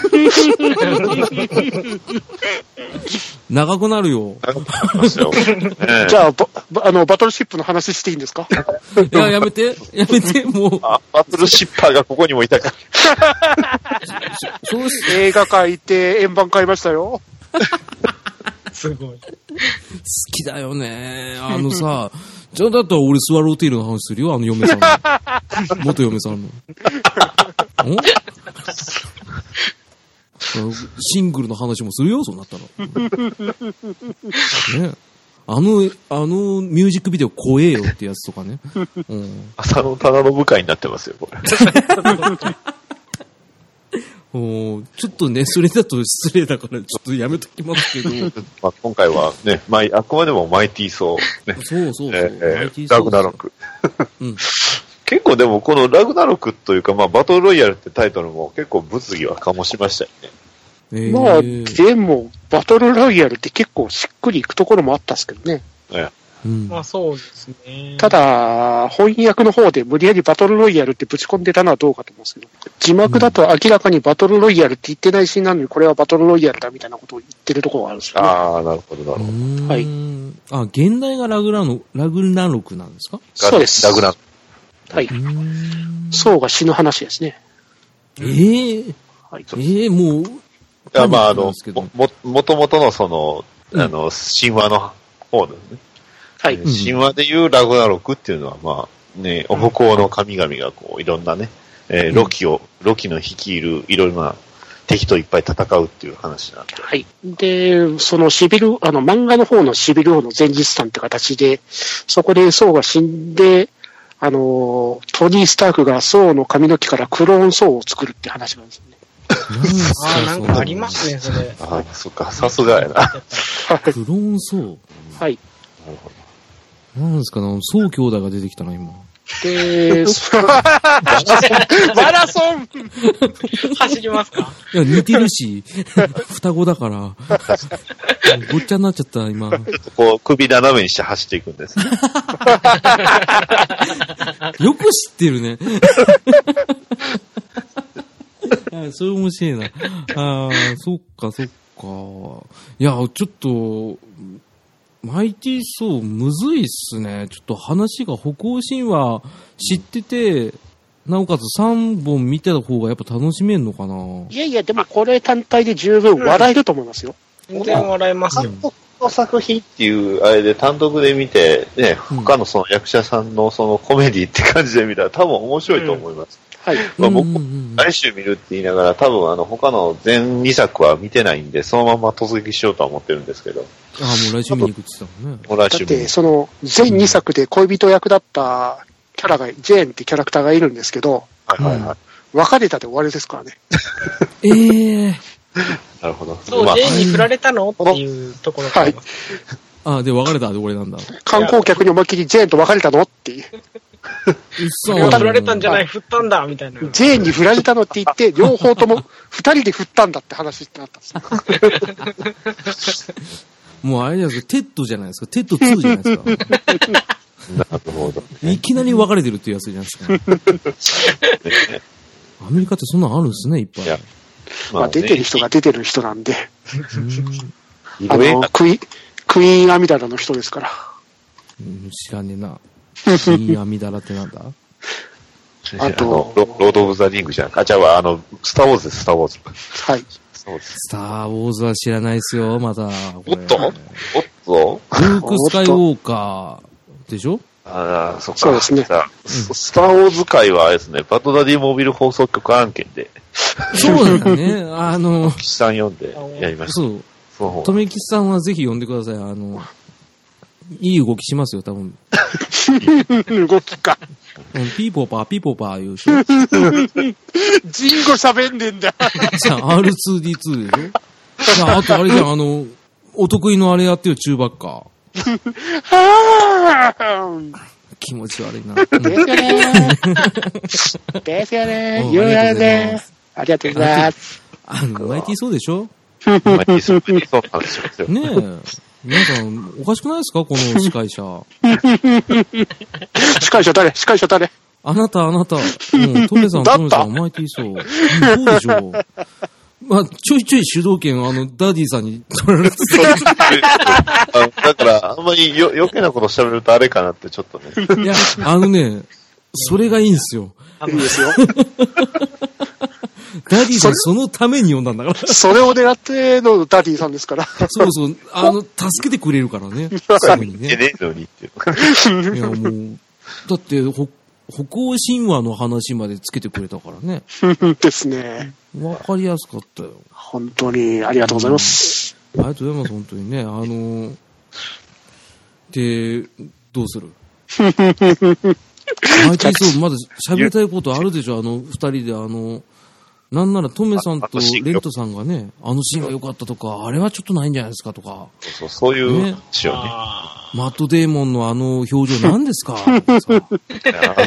B: 長くなるよ。
E: 話をね
F: じゃあ、ばばあの、バトルシップの話していいんですか
B: いや、やめて、やめて、もう、
E: あ、バトルシッパーがここにもいたか。
B: そうし
F: 映画館行って円盤買いましたよ。
C: すごい。
B: 好きだよね。あのさ、 じゃあだったら俺スワローテイルの話するよ、あの嫁さん の。元嫁さんの。おシングルの話もするよ、そうなった ら。ね。あの、あのミュージックビデオ怖えよってやつとかね。うん。
E: 浅野忠信会になってますよ、これ。
B: あおーちょっとね、それだと失礼だから、ちょっとやめときますけ ど。
E: まあ、今回はね、まあ、あくまでもマイティーソー、ね
B: そうそうそう。
E: えーえ
B: IT
E: ーラグナロク。
B: うん。
E: 結構でもこのラグナロクというか、まあ、バトルロイヤルってタイトルも結構物議は醸しましたよね。
B: えー
F: まあ、でも、バトルロイヤルって結構しっくりいくところもあったんですけどね。
E: ね
B: うん
C: まあそうですね。
F: た、だ、翻訳の方で無理やりバトルロイヤルってぶち込んでたのはどうかと思うんですけど、字幕だと明らかにバトルロイヤルって言ってないシーンなのに、これはバトルロイヤルだみたいなことを言ってるところがあるんですよ、ね。
E: ああ、なるほど、なるほ
B: う
E: ど。
B: ーんあ、
F: はい
B: 現代がラグラの、ラグナロクなんですか
E: が
F: そうです
E: ラグナロク。
F: はい。
B: うーん
F: そうが死ぬ話ですね。
B: えー、
F: はい。
B: えー、もう、
E: あまあ、あの
B: ですけ、ど
E: も、ももともとのその、
B: うん
E: あの、神話の方ですね。
F: はい。
B: ん
E: 神話でいうラグナロクっていうのは、まあ、ね、お北欧の神々がこう、いろんなね、えーロキを、ロキの率いるいろいろな敵といっぱい戦うっていう話なんで。
F: はい。で、そのシビル、あの、漫画の方のシビル王の前日譚って形で、そこでソウが死んで、あの、トニー・スタークがソウの髪の毛からクローンソウを作るって話なんですね。
C: ああ、
B: あ
C: なんかありますね、それ。
E: ああ、そっか、さすがやな。な
B: クローン層。
F: はい。
E: るほど。
B: なんですかね、総兄弟が出てきたな、今。
F: で、 そマラソン
C: 走りますか
B: いや、似てる し、双子だから、ごっちゃになっちゃった、今。
E: こう、首斜めにして走っていくんです。
B: よく知ってるね。 あそれ面白いな。ああ、そっか、そっか。いや、ちょっと、マイティーソー、むずいっすね。ちょっと話が北欧神話知ってて、なおかつ3本見てた方がやっぱ楽しめんのかな。
F: いやいや、でもこれ単体で十分笑えると思いますよ。
C: 全然笑えますよ。
E: 単独の作品っていう、あれで単独で見て、ね、
B: うん
E: 他のその役者さんのそのコメディって感じで見たら多分面白いと思います。
F: はい。
E: まあ僕
B: うんう
E: も
B: んうん
E: 来週見るって言いながら多分あの他の全2作は見てないんで、そのまま突撃しようとは思ってるんですけど、
B: ああ、もう来週見に行くって言ってたもんね。
E: もう来
F: だっ
E: 週見
F: て、その、全2作で恋人役だったキャラが、ジェーンってキャラクターがいるんですけど、
E: はいはいはい。
F: 別れたで終わりですからね。
B: ええ
E: なるほど。
C: そう、
E: まあ
C: ジェーンに振られたのっていうところがあります。
B: ああ、で、別れたで俺なんだ。うっ
F: 観光客に思いっきりジェーンと別れたのっていう。
B: そ
C: 俺が振られたんじゃないい、振ったんだみたいな。
F: ジェーンに振られたのって言 って、両方とも2人で振ったんだって話ってなったんですよ。
B: もうあれじゃないですか、テッドじゃないですか、テッド2じゃないですか。
E: なるほど。
B: いきなり別れてるっていうやつじゃないです か。アメリカってそんなのあるんですね、いっぱい。
E: いやま
F: まあ、出てる人が出てる人なんで、
E: い
F: あ
E: ろいろ
F: の、クイ、クイーンアミダラの人ですから。
B: うん知らねえな。いい網だらってなん だ
E: あ
F: あ
E: の
F: と
E: ロ、ロード・オブ・ザ・リングじゃん。あ、じゃあ、あの、スター・ウォーズです、スター・ウォーズ。
F: はい。
E: スター・ウォーズ。
B: スター・ウォーズは知らないですよ、また。
E: お
B: これ
E: っとおっと
B: ルーク・スカイウォーカーでしょ
E: ああ、そっか。
F: そうですね
E: じゃあススター・ウォーズ界はあれですね、バトダディモビル放送局案件で、
B: そうだよね。あの、
E: 岸さん読んでやりました。
B: そう。
E: その方
B: とめきさんはぜひ呼んでください。あの、いい動きしますよ、多分。
F: 動きか。
B: うんピーポーパー、ピーポーパー言うでしょ
F: ジンゴ喋んねえ んだ。
B: じゃあ、R2D2 でしょじゃあ、あとあれじゃん、あの、お得意のあれやってよ、中ばっか。
F: はぁ
B: 気持ち 悪いな。うん
F: ですよねー。ですよね
B: う
F: ー。
B: ん
F: 言うやねー。ありがとうございます。
B: あの、マイティーそうでしょ
E: 今、ディスプレイそうなんですよ。
B: ねえ。 なんか、おかしくないですかこの司会者。
F: 司会者誰司会者誰
B: あなた、あなた。 うん、トメさん、
F: だった
B: トメさん、マイティーそう。うんそうでしょう。まあ、ちょいちょい主導権をあの、ダディさんに取られて
E: そうあだから、あんまりよ余計なこと喋るとあれかなって、ちょっとね。
B: た。いや、あのね、それがいいんですよ。
C: あ
F: い
C: の
F: いですよ。
B: ダディさん、そ
F: そ
B: のために呼んだんだから。
F: それを狙ってのダディさんですから。
B: そうそう、あの、助けてくれるからね。すぐにね。
E: えねえのにっていう。
B: いや、もう、だって、ほ、北欧神話の話までつけてくれたからね。
F: ですね。
B: わかりやすかったよ。
F: 本当にありがとうございます。
B: ありがとうございます、本当にね。あのーで、どうす るマイティーソーまだ喋りたいことあるでしょあの、二人であの、なんならトメさん
E: ああ
B: と
E: とシーン
B: レントさんがね、あのシーンが良かったとか、あれはちょっとないんじゃないですかとか、
E: そうそう、そういう話をね。
C: あ
B: マットデーモンのあの表情何です かそう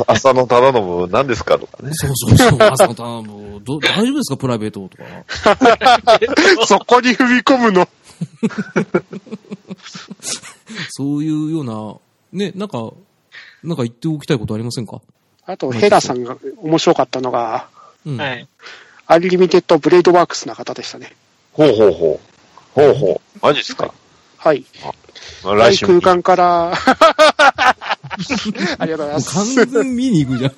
E: あ浅野忠信何ですかとかね。
B: そうそう、朝のターンもど大丈夫ですかプライベートとか。
F: そこに踏み込むの。
B: そういうような、ね、なんか、なんか言っておきたいことありませんか
F: あと、ヘラさんが面白かったのが、
B: うん。
C: ーはい。
F: アンリミテッドブレードワークスな方でしたね。
E: ほうほうほう。ほうほう。マジっすか。
F: はい。
E: まあ
F: 大
E: 来週
F: 空
E: も。
F: 間から、 ありがとうございま
B: 完
F: す。
B: 全に見に行くじゃん。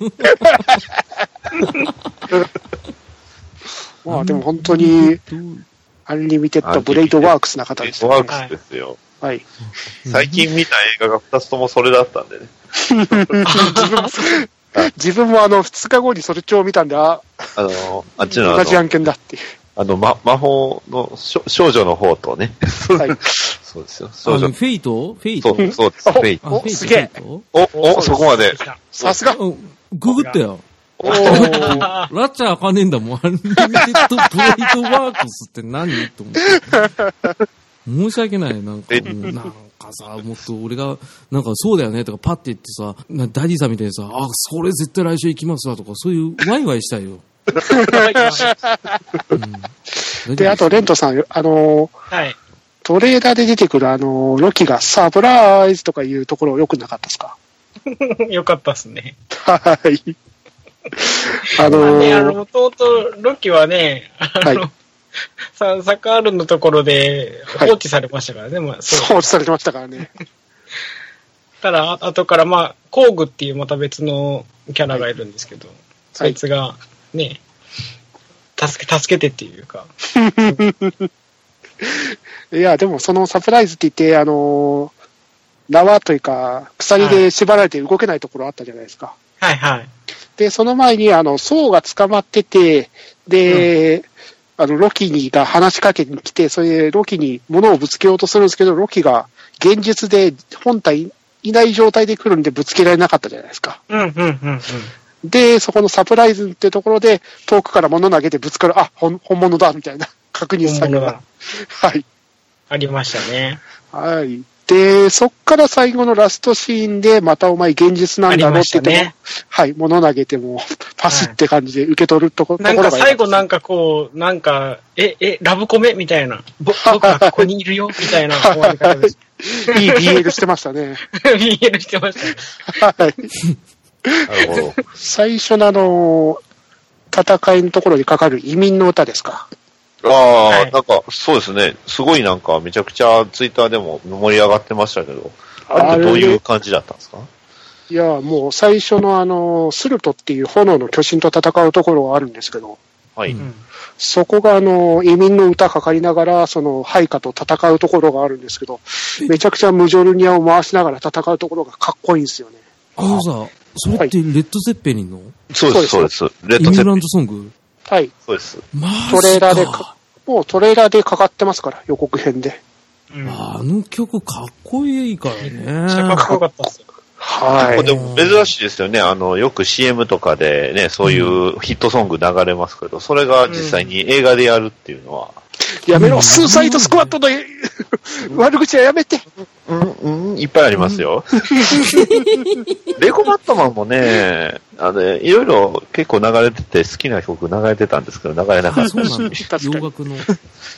F: まあでも本当に、アンリミテッドブレイドワークスな方でした
E: ワー
F: ね。
E: クスですよ。
F: はい。
E: 最近見た映画が2つともそれだったんでね。
F: 自分もあの、2日後にそれ帳を見たんで、あ、
E: あの、あっちのあ
F: 同じ
E: の、
F: 案件だってい
E: あの、ま、魔法の少少女の方とね。
F: う。はい。
E: そうですよ。
B: あ
E: 少
B: の
E: 女。
B: フェイトフェイ
E: そ
B: ト
E: う、そうです。フェイ
B: あ
E: ト。
B: フェイ
F: お
B: ト
F: すげえ
B: フェイト
E: お、お、そこまで。
F: さすが
B: あググったよ。
F: おー
C: あ
B: ラッチャーあかねえんだもん。アンリミテッドブレイドワークスって何と思って。申し訳ない。なんか、もうなんかさ、もっと俺が、なんかそうだよねとかパッて言ってさ、なダディさんみたいにさ、あ、それ絶対来週行きますわとか、そういうワイワイしたいよ。うん。
F: で、あと、レントさん、あの、
C: はい。
F: トレーダーで出てくるあの、ロキがサプライズとかいうところよくなかったですか
C: よかったっすね。
F: はい。あ
C: まあ
F: の
C: ね、あの、もともとロキはね、あ
F: はい
C: の、さサッカールのところで
F: はい
C: 放置されましたからね。まあ、そう。
F: そうされてましたからね。
C: ただ、あ後から、まあ、工具っていうまた別のキャラがいるんですけど、そいつが、ね、助け、助けてっていうか、
F: いや、でもそのサプライズって言って、あの、縄というか、鎖で縛られて動けないところあったじゃないですか。
C: はいはい。
F: で、その前に、あの、僧が捕まってて、で、あの、ロキにが話しかけに来て、それでロキに物をぶつけようとするんですけど、ロキが現実で本体いない状態で来るんでぶつけられなかったじゃないですか。
C: うんうんうんうん。
F: で、そこのサプライズってところで、遠くから物投げてぶつかる、あ、本本物だ、みたいな 確認
C: 本
F: 作業
C: 物
F: が
C: が。
F: はい。
C: ありましたね。
F: はい。で、そっから最後のラストシーンで、またお前現実なんだろって言っても、
C: ありま
F: はい、物投げても、 パスって感じで受け取るとこ,、
C: なん
F: ところ
C: か
F: が
C: 最後なんかこう、なんか、え、え、ラブコメみたいな。ぼ僕はここにい るよみたいな終わり方でし
F: いい BL してましたね。
C: た。BL してましたね。
F: はい。
E: なるほど。
F: 最初のあの、戦いのところにかかる移民の歌ですか。
E: あ
C: は
E: あ、
C: い
E: なんか、そうですね。すごいなんか、めちゃくちゃツイッターでも盛り上がってましたけど、あれってどういう感じだったんですか
F: いや、もう最初のあの、スルトっていう炎の巨神と戦うところがあるんですけど、
E: はいう
B: ん
F: そこがあの、移民の歌かかりながら、その、配下と戦うところがあるんですけど、めちゃくちゃムジョルニアを回しながら戦うところがかっこいいんですよね。
B: あのさ、それってレッド・ゼッペリンの
E: そうです、そうです。レッ
B: イ
E: ド
B: ン
E: セ
B: グラ
E: ット
B: ンドソング
F: はい。
E: そうです。
B: マジか
F: トレーラーでか、もうトレーラーでかかってますから、予告編で。
C: うん。めっ
B: あの曲かっこいいから
C: ちゃか
B: ね。
C: っこよかったっすよ。
F: は
E: でも珍しいですよね。あの、よく CM とかでね、そういうヒットソング流れますけど、それが実際に映画でやるっていうのは、
F: い。やめろ、スーサイドスクワットの悪口はやめて。
E: うん、うん、いっぱいありますよ。 レゴバットマンもね、あの、いろいろ結構流れてて、好きな曲流れてたんですけど、流れなか
B: あ
E: っ
B: そう
E: た
B: なんだ
E: し、。
F: かに
B: 洋楽の。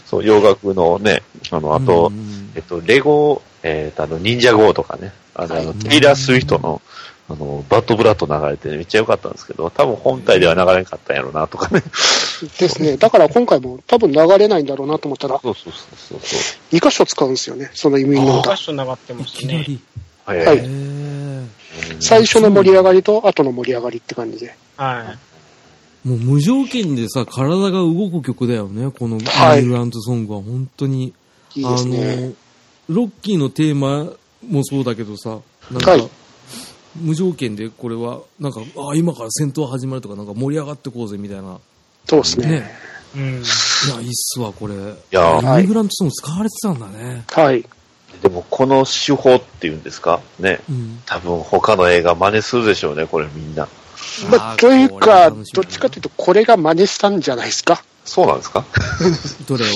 E: そう、洋楽のね、あの、あと、
B: うんうん
E: えっと、レゴ、えっと、あの、忍者号とかね、あの、あのテイラー・スウィフトの、あの、バッド・ブラッド流れてめっちゃ良かったんですけど、多分本体では流れなかったんやろうな、とかね。
F: ですね。だから今回も多分流れないんだろうなと思ったら、
E: そうそうそうそう。
F: 2箇所使うんですよね、その移民の
C: 2
F: 歌
C: 箇。所流ってま
B: い
C: した
B: きな
C: ね。
B: り。
E: はい。
F: はい
B: へー
F: 最初の盛り上がりと後の盛り上がりって感じで。
C: は
B: もう無条件でさ、体が動く曲だよね。この
F: はい
B: イングランドソングは本当に。
F: いいですね。
B: あの、ロッキーのテーマもそうだけどさ、なんか、
F: はい
B: 無条件でこれは、なんか、あ今から戦闘始まるとか、なんか盛り上がってこうぜみたいな。
F: そうですね。
B: ね。
C: い。うん。
B: いや、いいっすわ、これ。い
E: やー
B: イングランドソング使われてたんだね。
F: はい。
E: でも、この手法っていうんですかね。
B: うん。
E: 多分他の映画真似するでしょうね、これみんな。
F: まあ、というか、どっちかというと、これが真似したんじゃないですか。
E: そうなんですか
B: どれを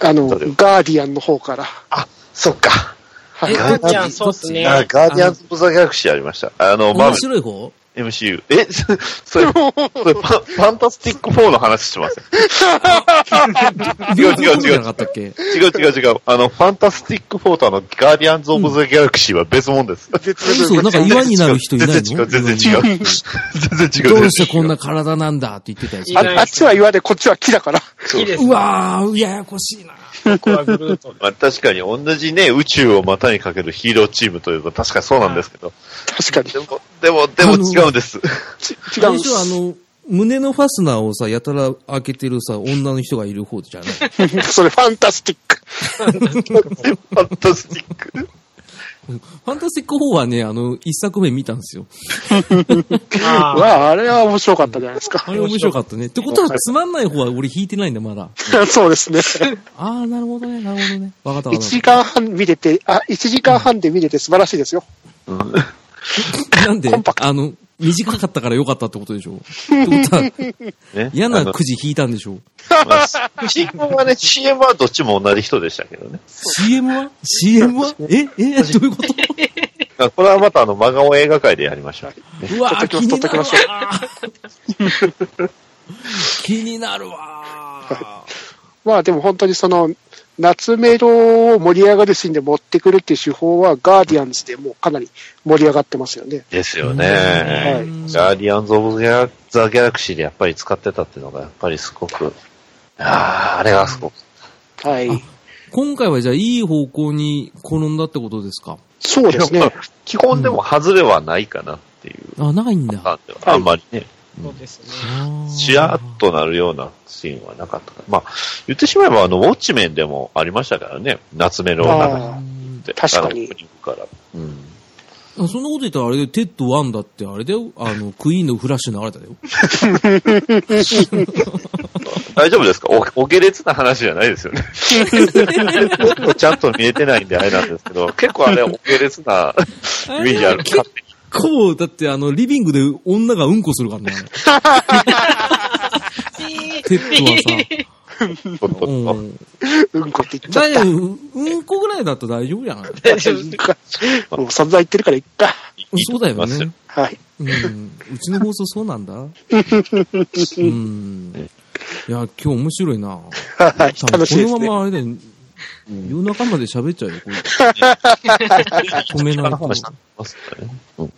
F: あの、
E: どれ
F: ガーディアンの方から。
E: あ、そっか。
F: はい
C: え、。ガーちゃん、そうっすね。
E: あガーディアンズ・オブ・ザ・ギャラクシーありました。あの、マー
B: 面
E: ベ
B: 白い方
E: ル MCU。え、 そそれ、それパン、ファンタスティック4の話してません。
B: 病気
E: 違う違う違う
B: じゃなかったっけ
E: 違う違う違う。あの、ファンタスティック4とあの、ガーディアンズ・オブ・ザ・ギャラクシーは別物です。
B: 嘘、なんか岩になる人いないの
E: 全然違う、全然違う。全然違う。全然違う
B: どうしてこんな体なんだって言ってたやつ
C: い。
F: ああっちは岩で、こっちは木だから。
C: 好きです。
B: うわー、ややこしいな。
C: 僕はグルートで。
E: まあ確かに同じね、宇宙を股にかけるヒーローチームといえば確かそうなんですけど。
F: 確かに。
E: でも、でも、でも違うんです。
F: ち違
B: 最
F: うんで
B: 初あ
F: す。
B: の、胸のファスナーをさ、やたら開けてるさ、女の人がいる方じゃない
F: それ、ファンタスティック。
E: ファンタスティック。
B: ファンタスティック4はね、あの、一作目見たんですよ。
C: ああ、
F: わあ、あれは面白かったじゃないですか
B: あ。れ面白かったね。ってことは、つまんない方は俺弾いてないんだ、まだ。
F: そうですね。
B: あー、なるほどね、なるほどね。わかったわ
F: 1
B: かっ
F: 時間半見れて、あ、1時間半で見れて素晴らしいですよ。
B: た。なんで
F: コンパ、ク
B: あの、短かったから良かったってことでしょってことは、
E: ね
B: 嫌な
E: あの
B: くじ弾いたんでしょ
E: ま あ CM はね、CM はどっちも同じ人でしたけどね。
B: ?CM は ?CM はええ どういうこと
E: あこれはまたあの、真顔映画界でやりましょう。
B: うわー、気
F: 取っ
B: に
F: と
B: な
F: き
B: る
F: ま
B: わ
F: しょう
B: ー気になるわー。
F: まあでも本当にその、夏メロを盛り上がるシーンで持ってくるっていう手法は、ガーディアンズでもうかなり盛り上がってますよね。
E: ですよね。
F: はい
E: ガーディアンズ・オブ・ザ・ギャラクシーでやっぱり使ってたっていうのが、やっぱりすごく、ああ、あれはすごく。
F: はい。
B: 今回はじゃあいい方向に転んだってことですか
F: そうですね。
E: 基本でも外れはないかなっていう。
B: あ、ないんだ。
E: なんであんまりね、
C: そうですね。
E: シヤッとなるようなシーンはなかったから。まあ、言ってしまえば、あの、ウォッチメンでもありましたからね。夏メロを
F: あ
E: 流して。
F: 確かに
E: あのオープニングから。うん。
B: あそんなこと言ったらあれでテッド1だってあれだよ。あの、クイーンのフラッシュのあれだよ。
E: 大丈夫ですかお、お下劣な話じゃないです よね。僕もちゃんと見えてないんであれなんですけど、結構あれ、お下劣なイメージある。勝手に
B: こう、だってあの、リビングで女がうんこするからね。テッ
E: こう
B: ド
E: こ
B: はさ、う。
E: うん
F: うんこって言っちゃ
B: 大
F: っ
B: 丈夫、うんこぐらいだったら大丈夫じゃない
F: た。いいかもう散々言ってるからいっか。
B: そうだよ
E: いいと思います
B: ね
E: よ。
F: はい。
B: うん、うちの放送そうなんだ。うん。いや、今日面白いな。
F: はい
B: 多。分
F: 楽しいで
B: こ
F: す
B: の
F: ね。
B: ままあれだよ、夜中まで喋っちゃうよ、これ。止めないと。
E: ますからね うん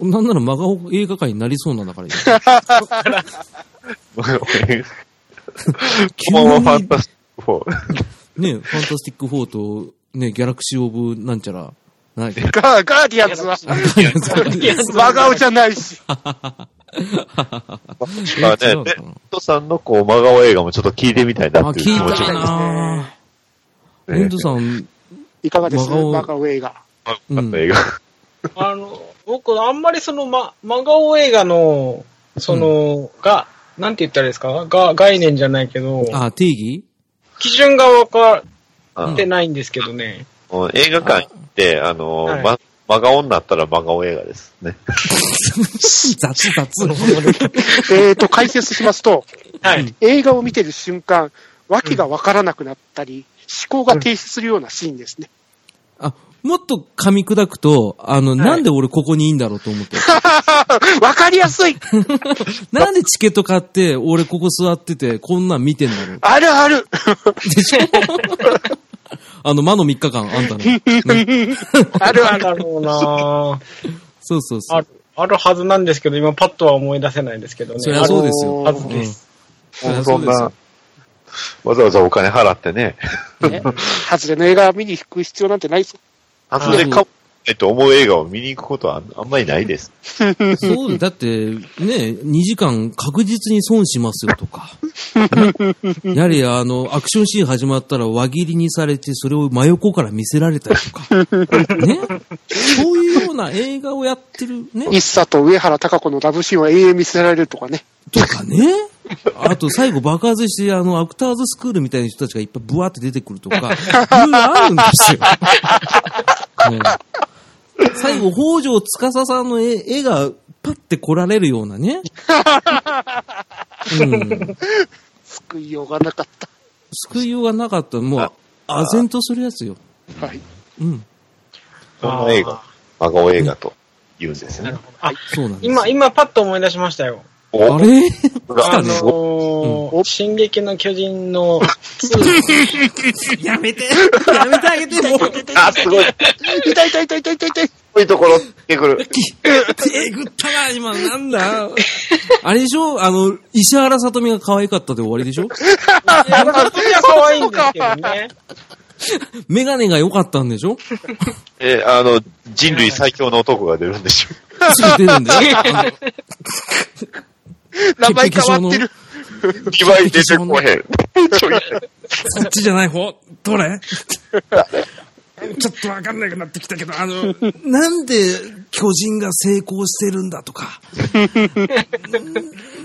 B: うん。なんなら真顔映画界になりそうなんだから、
E: このままファンタスティック4。
B: ね、ファンタスティック4と、ね、ギャラクシー・オブ・なんちゃら、ないか。
F: ガーガーディアンズは、真顔じゃないし。
E: まあね、レ
B: 違うのかな
E: ッドさんのこう真顔映画もちょっと聞いてみたい
B: あ、
E: なっていう
B: 聞
E: 気
B: い
E: 持ち
B: た
E: が
B: な
E: ね
B: レンドさん、
F: いかがです
B: 真顔
F: マガウェイが。
B: うん
E: あった映画。
C: あの、僕、あんまりその、ま、真顔映画の、その、が、なんて言ったらいいですかが、概念じゃないけど、
B: あ、定義
C: 基準が分か
E: あ
C: ってないんですけどね。
E: の映画館行って、あの、
C: はい
E: ま真顔になったら真顔映画ですね。
B: 雑雑。
F: えっと、解説しま すと、
C: はい。
F: 映画を見てる瞬間、わけがわからなくなったり、思考が停止するようなシーンですね。
B: あ、もっと噛み砕くと、あの、なんで俺ここにいいんだろうと思 って。
F: わかりやすい
B: なんでチケット買って、俺ここ座ってて、こんなん見てんだろう。
F: あるある
B: でしょあの、魔の3日間、あんたの。
F: あるあ
C: なん
F: る
C: だろうなぁ
B: そうそうそ
C: あ
B: う。
C: る、あるはずなんですけど、今パッとは思い出せないんですけどね。
B: そりゃそうですよ。
F: あ
C: あ
F: の
C: るは
F: ー
C: ず
B: うん
C: です。
B: りゃ
E: そんな、わざわざお金払ってね、
F: 外れの映画見に行く必要なんてないぞ。
E: 外れかもないと思う映画を見に行くことはあんまりないです。
B: そう、だって、ね、2時間確実に損しますよと か。ねやはり、あの、アクションシーン始まったら輪切りにされて、それを真横から見せられたりとか。 ね。そういうような映画をやってる、ね。
F: 一茶と上原貴子のラブシーンは永遠見せられるとかね。
B: とかね。あと、最後爆発して、あの、アクターズスクールみたいな人たちがいっぱいブワーって出てくるとか、いろいろあるんですよ。ね最後、北条司さんの絵絵がパくって来られるようなね。うん。
A: 救いようがなかっ
B: 救いようがなかった。もう、唖然とするやつよ。
A: た。はい。
B: うん。
E: この映画、真顔映画と言うんですね。
C: あ、
B: そうなんです。
C: 今、今パッと思い出しましたよ。
E: お
B: あれ
E: 来
C: あ
E: た
C: の
E: ね。すご
C: ー進撃の巨 人の2、
B: やめてやめてあげてもう
E: い。あ、すごい。
A: 痛い痛い痛い痛い痛い痛い。
E: こういうところってくる。
B: えぐったな、今、なんだあれでしょあの、石原さとみが可愛かったで終わりでしょ
C: いや、まあ、それは可愛いんですけどね。
B: メガネが良かったんでしょ
E: えーあの、人類最強の男が出るんでしょ。
B: すぐ出るんでしょあの
A: 名前変わってる。
E: 2倍出てこへん。ちょい
B: そっちじゃない方どれちょっとわかんなくなってきたけど、あの、なんで巨人が成功してるんだとか、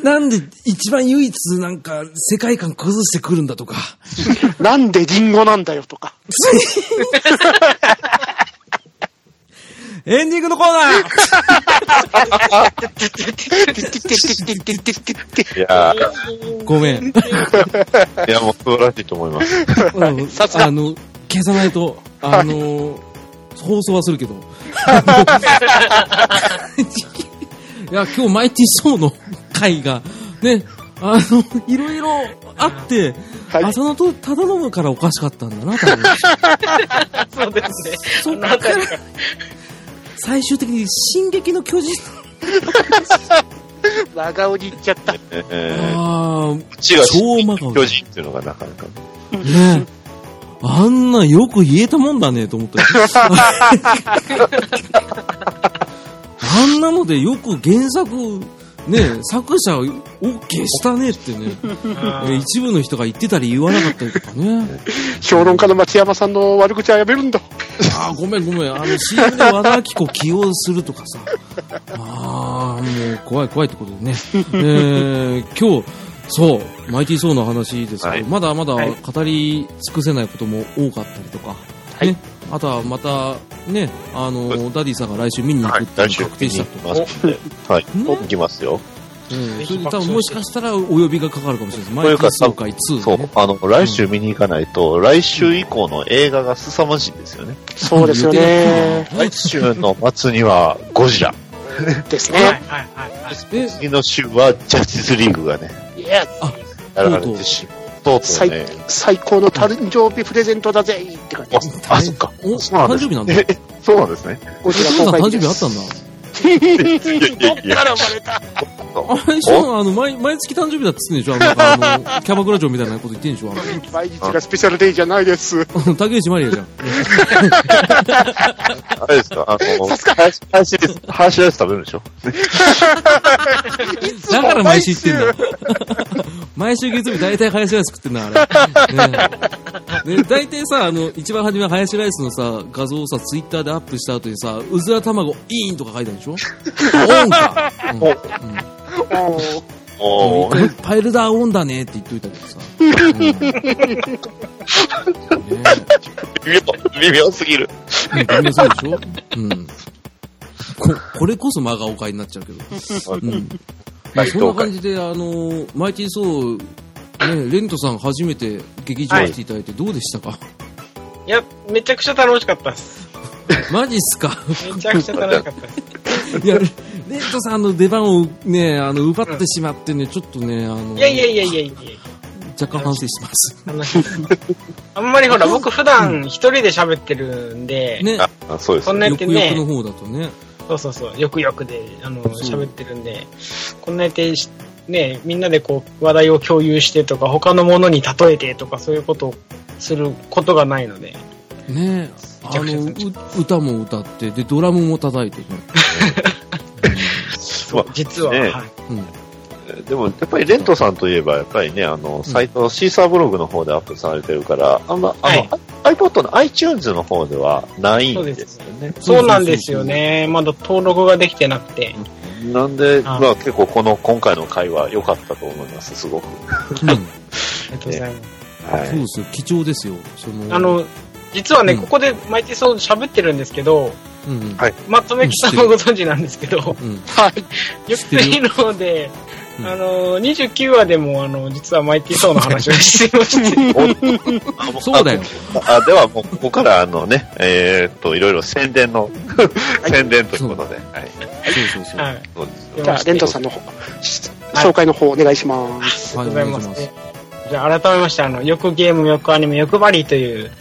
B: なんで一番唯一なんか世界観崩してくるんだとか、
A: なんでリンゴなんだよとか。
B: エンディングのコーナ ー
E: いやー
B: ごめん。
E: いや、もう素晴らしいと思います。
B: うんあの、消さないと、あの、放送はする けど。いや、今日マイティショーの回が、ね、あの、いろいろあって、浅野と忠信からおかしかったんだな、 多分。
C: そうですね。
B: そっから、最終的に進撃の巨人
A: 真顔に行っちゃった。
E: えー、
B: ああ、
E: こっちが
B: 超真顔
E: 巨人っていうのがなかなか。
B: ねあんなよく言えたもんだねと思ったよあんなのでよく原作、ね作者 OK したねってね、え一部の人が言ってたり言わなかったりとかね。
A: 評論家の町山さんの悪口はやめるんだ。
B: ああ、ごめんごめん。あの CM で和田アキ子起用するとかさ。 ああ、もう怖い怖いってことでね。えー、今日、そう、マイティー・ソーの話ですけど、
E: はい
B: まだまだ
C: はい
B: 語り尽くせないことも多かったりとか、
A: はい
B: ね、あとはまた、ね、あの、ダディさんが来週見に行く
E: は
B: っ
E: い、
B: ていうの
E: 来週
B: が確定した
E: 見に行きますんで。はい、
B: ん
E: 行きますよ。
B: と。うん
C: ぜ
B: そ
C: ひ
B: れで多分もしかしたらお呼びがかかるかもしれないです。マイ
E: と
B: テ
E: いう
B: ィー・
E: か
B: ソー会
E: そ
B: 2、
E: う
B: ね。、
E: あの、来週見に行かないと、来週以降の映画が凄まじいですよね。
A: そうですよね。
E: 来週の末にはゴジラ、
A: です
C: はい、はい
A: ね。、
C: はい。
B: え、
E: 次の週はジャスティスリーグがね、
A: いや、
E: やられてしとうとう
A: 最
E: ね。
A: 最高の誕生日プレゼントだぜって感じ
E: あ。、あそっか。
B: お、
E: そうなん
B: 誕生
E: です
B: 日なんだ。
E: え、そうなんですね。
A: ゴジラ
B: お父
A: 公
B: さん
A: 開日で
B: 誕生日あった
A: す。
B: んだ。
E: いやいやいや
A: 生まれた。
B: あれでしょあの、毎、毎月誕生日だって言ってんでしょあのなん か、あの、キャバクラ嬢みたいなこと言ってんでしょあ
A: 毎日がスペシャルデイじゃないです。
B: の、 竹内まりやじゃん。
E: あれですかあの、ハヤシライス、ハヤシライス食べるんでしょ
B: だから毎週言ってんだ。 毎週月曜日大体ハヤシライス食ってんだ、あれ。ねえ。ね、大体さ、あの、一番初めはハヤシライスのさ、画像をさ、ツイッターでアップした後にさ、うずら卵、イーンとか書いてあるでしょオンか。うんう
E: お
B: ん
A: おー
E: おー、
B: パイルダーオンだねって言っといたけ どさ。うんねえ
E: 微妙、微妙すぎる。
B: うん微妙そうでしょうん。こ、これこそ真顔会になっちゃうけど。うん。まあ、
E: 大
B: そんな感
E: 東海
B: じで、あのーマイティーソー、ね、レントさん初めて劇場来ていただいてどうでしたか、
C: いや、めちゃくちゃ楽しかったです。
B: マジっすか
C: めちゃくちゃ楽しかったです。
B: いや、レントさんの出番をね、あの、奪ってしまってね、ちょっとね、あの、
C: いやいやいやいやいやいや
B: 若干反省してます。
C: 楽しか ったあんまりほら、僕普段一人で喋ってるんで、
B: ね、
E: あ、あそうです
C: こん
E: ね。
C: なやっ
B: よく
C: て
B: よくの
C: ね、
B: 方だとね。
C: そうそうそう、よくよくで、あの、
B: そう
C: 喋ってるんで、こんなやってし、ね、みんなでこう、話題を共有してとか、他のものに例えてとか、そういうことをすることがないので、
B: ねあ
C: めちゃ
B: の、
C: くち
B: う歌も歌って、で、ドラムも叩いてね。
E: まあ
C: 実は、
E: ね
C: は
B: う
C: い。
B: ん。
E: でも、やっぱりレントさんといえば、やっぱりね、あの、サイト、シーサーブログの方でアップされてるから、あんま、あの、iPod の iTunes の方ではないんですよね。
C: そうなんですよね。まだ登録ができてなくて。
E: なんで、
C: あ
E: まあ結構この、今回の回は良かったと思います、すごく。
B: うん。
C: ありがとうございます。
E: は
B: そう
E: い。
B: ですよ、貴重ですよ。その
C: あの、実はね、
B: うん
C: ここで毎日そう喋ってるんですけど、
B: うんうん。
E: はい
C: まあ、とめきさんもご存知なんですけど、
B: うん。
A: はい。
C: よくいいので、
B: うん
C: あの、29話でも、あの、実はマイティーソーの話をしていまして、
E: お
B: そうだよ。
E: あでは、もうここから、あのね、えーっと、いろいろ宣伝の、宣伝ということで。はい。
B: そうそうそう。
C: は
B: はい
C: い。
E: そうですよ
A: じゃあ、レントさんの方、紹介の方お願いします。
C: ありがとうございま
B: お願い
C: す。
B: し
C: じゃあ、改めまして、あの、よくゲーム、よくアニメ、よくバリーという、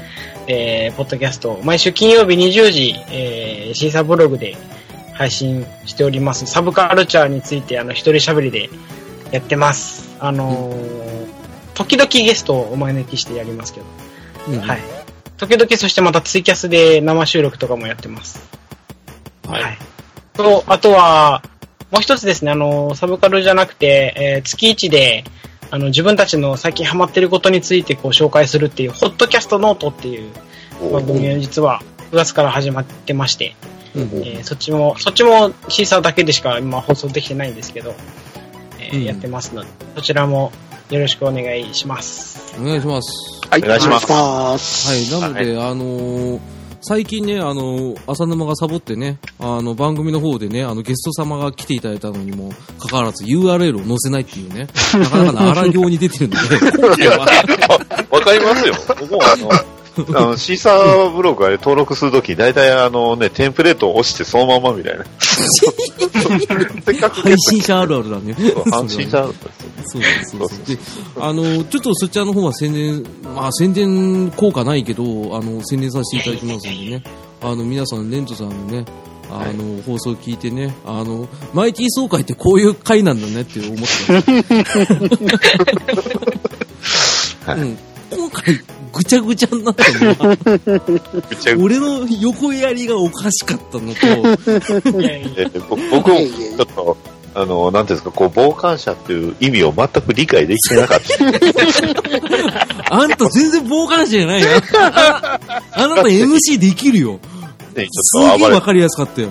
C: えー、ポッドキャストを、毎週金曜日20時、えー、審査ブログで配信しております。サブカルチャーについて、あの、一人喋りでやってます。あのー時々ゲストをお招きしてやりますけど、
B: うん
C: はい。時々、そしてまたツイキャスで生収録とかもやってます。
B: はい
C: と、あとは、もう一つですね、あの、サブカルじゃなくて、えー月一で、あの、自分たちの最近ハマってることについてこう紹介するっていう、ホットキャストノートっていう
E: お
C: 番組が実は9月から始まってまして、
B: うん
C: えーそっちも、そっちもシーサーだけでしか今放送できてないんですけど、えー
B: うん
C: やってますので、そちらもよろしくお願いし ます。
B: お願いします。
A: はい、
E: お願いします
A: お願いします
B: はい、なので、あのー最近ね、あのー浅沼がサボってね、あの、番組の方でね、あの、ゲスト様が来ていただいたのにも、かかわらず URL を載せないっていうね、なかなかの荒行に出てる ので、今回は、
E: わかりますよ。僕もあの、あのシーサーブログあれ登録するとき、大体あのね、テンプレートを押してそのままみたいな。せっか く
B: 配信者あるあるだね。
E: 安心したんですよ
B: そうそうそう。で、あの、ちょっとそちらの方は宣伝、まあ宣伝効果ないけど、あの、宣伝させていただきますんでね。あの、皆さん、レントさんのね、あの、放送聞いてね、あの、マイティ総会ってこういう会なんだねって思 った。
E: はい
B: うん今回、ぐちゃぐちゃになったの は、
E: めっちゃ
B: 俺の横やりがおかしかったのと、
C: いやいや
E: えーぼ僕もちょっと、あの、なんていうんですか、こう、傍観者っていう意味を全く理解できてなかった。
B: あんた全然傍観者じゃ ないな。ああなた MC できるよ。
E: ね、ち
B: す
E: ょっ
B: げえ
E: と暴れ
B: わ
E: て
B: かりやすかったよ。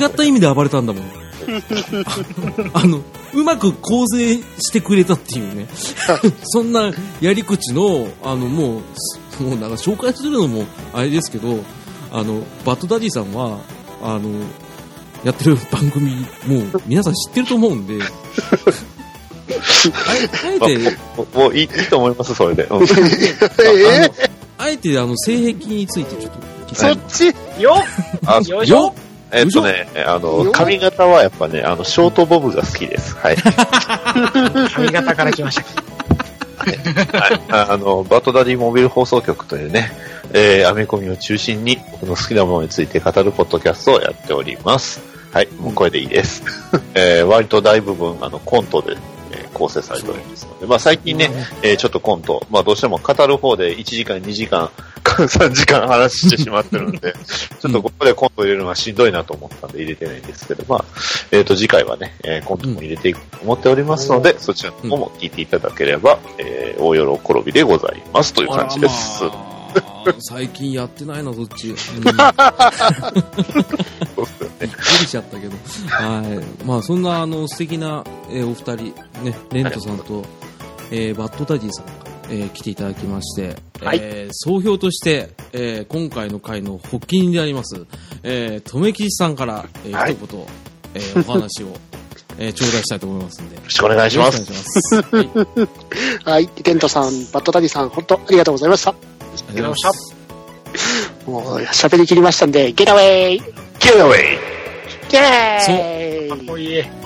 B: 違った意味で暴れたん だもん。あの、うまく構成してくれたっていうね。 そんなやり口の、あの、もうす、もうなんか紹介するのもあれですけど、あの、バッドダディさんは、あの、やってる番組、もう皆さん知ってると思うん で、あえあえて、
E: もうもういいいいと思います、それで。うん
A: ええ
B: ああえて、あの、性癖についてちょっと聞きた
A: そ
B: い
A: っち
C: よ
E: あ
C: っよいしょ
B: よ
E: えっとね、あの、髪型はやっぱね、あの、ショートボブが好きです。はい。
C: 髪型から来ました。
E: はいあの、バトダディモビル放送局というね、えー、アメコミを中心に、僕の好きなものについて語るポッドキャストをやっております。はい、もうこれでいい です。えー、割と大部分、あの、コントで、えー構成されておりますので、まあ最近 ね、えーちょっとコント、まあどうしても語る方で1時間、2時間、3時間話してしまってるんで、ちょっとここでコント入れるのはしんどいなと思ったんで入れてないんですけど、まあ、えっ、と、次回はね、えーコントも入れていくと思っておりますので、そちらの方も聞いていただければ、えー大喜びでございますという感じです。
B: あらまあ最近やってないな、そっち。うん
E: そうですよね
B: びっくりしちゃったけど。はい。まあ、そんな、あの、素敵な、えーお二人、ね、レントさんと、えーバッドダディさんが、えー来ていただきまして、
C: はい
B: えー総評として、えー今回の回の発起人であります、えー、とめきしさんから、えー
E: はい
B: 一言、えーお話を、えー頂戴したいと思いますんで。よ
E: よろしくお願い
B: ろ
E: し
B: しくお
E: ま
B: 願い
E: す。
B: します。はいありがとう
A: はい、テントさん、バットダディさん、本当ありがとうございました。
B: ございました。
A: もう、喋り切りましたんで、ゲラウェイ
E: キャラウェイ
A: ゲラウェイ
C: かっこいい。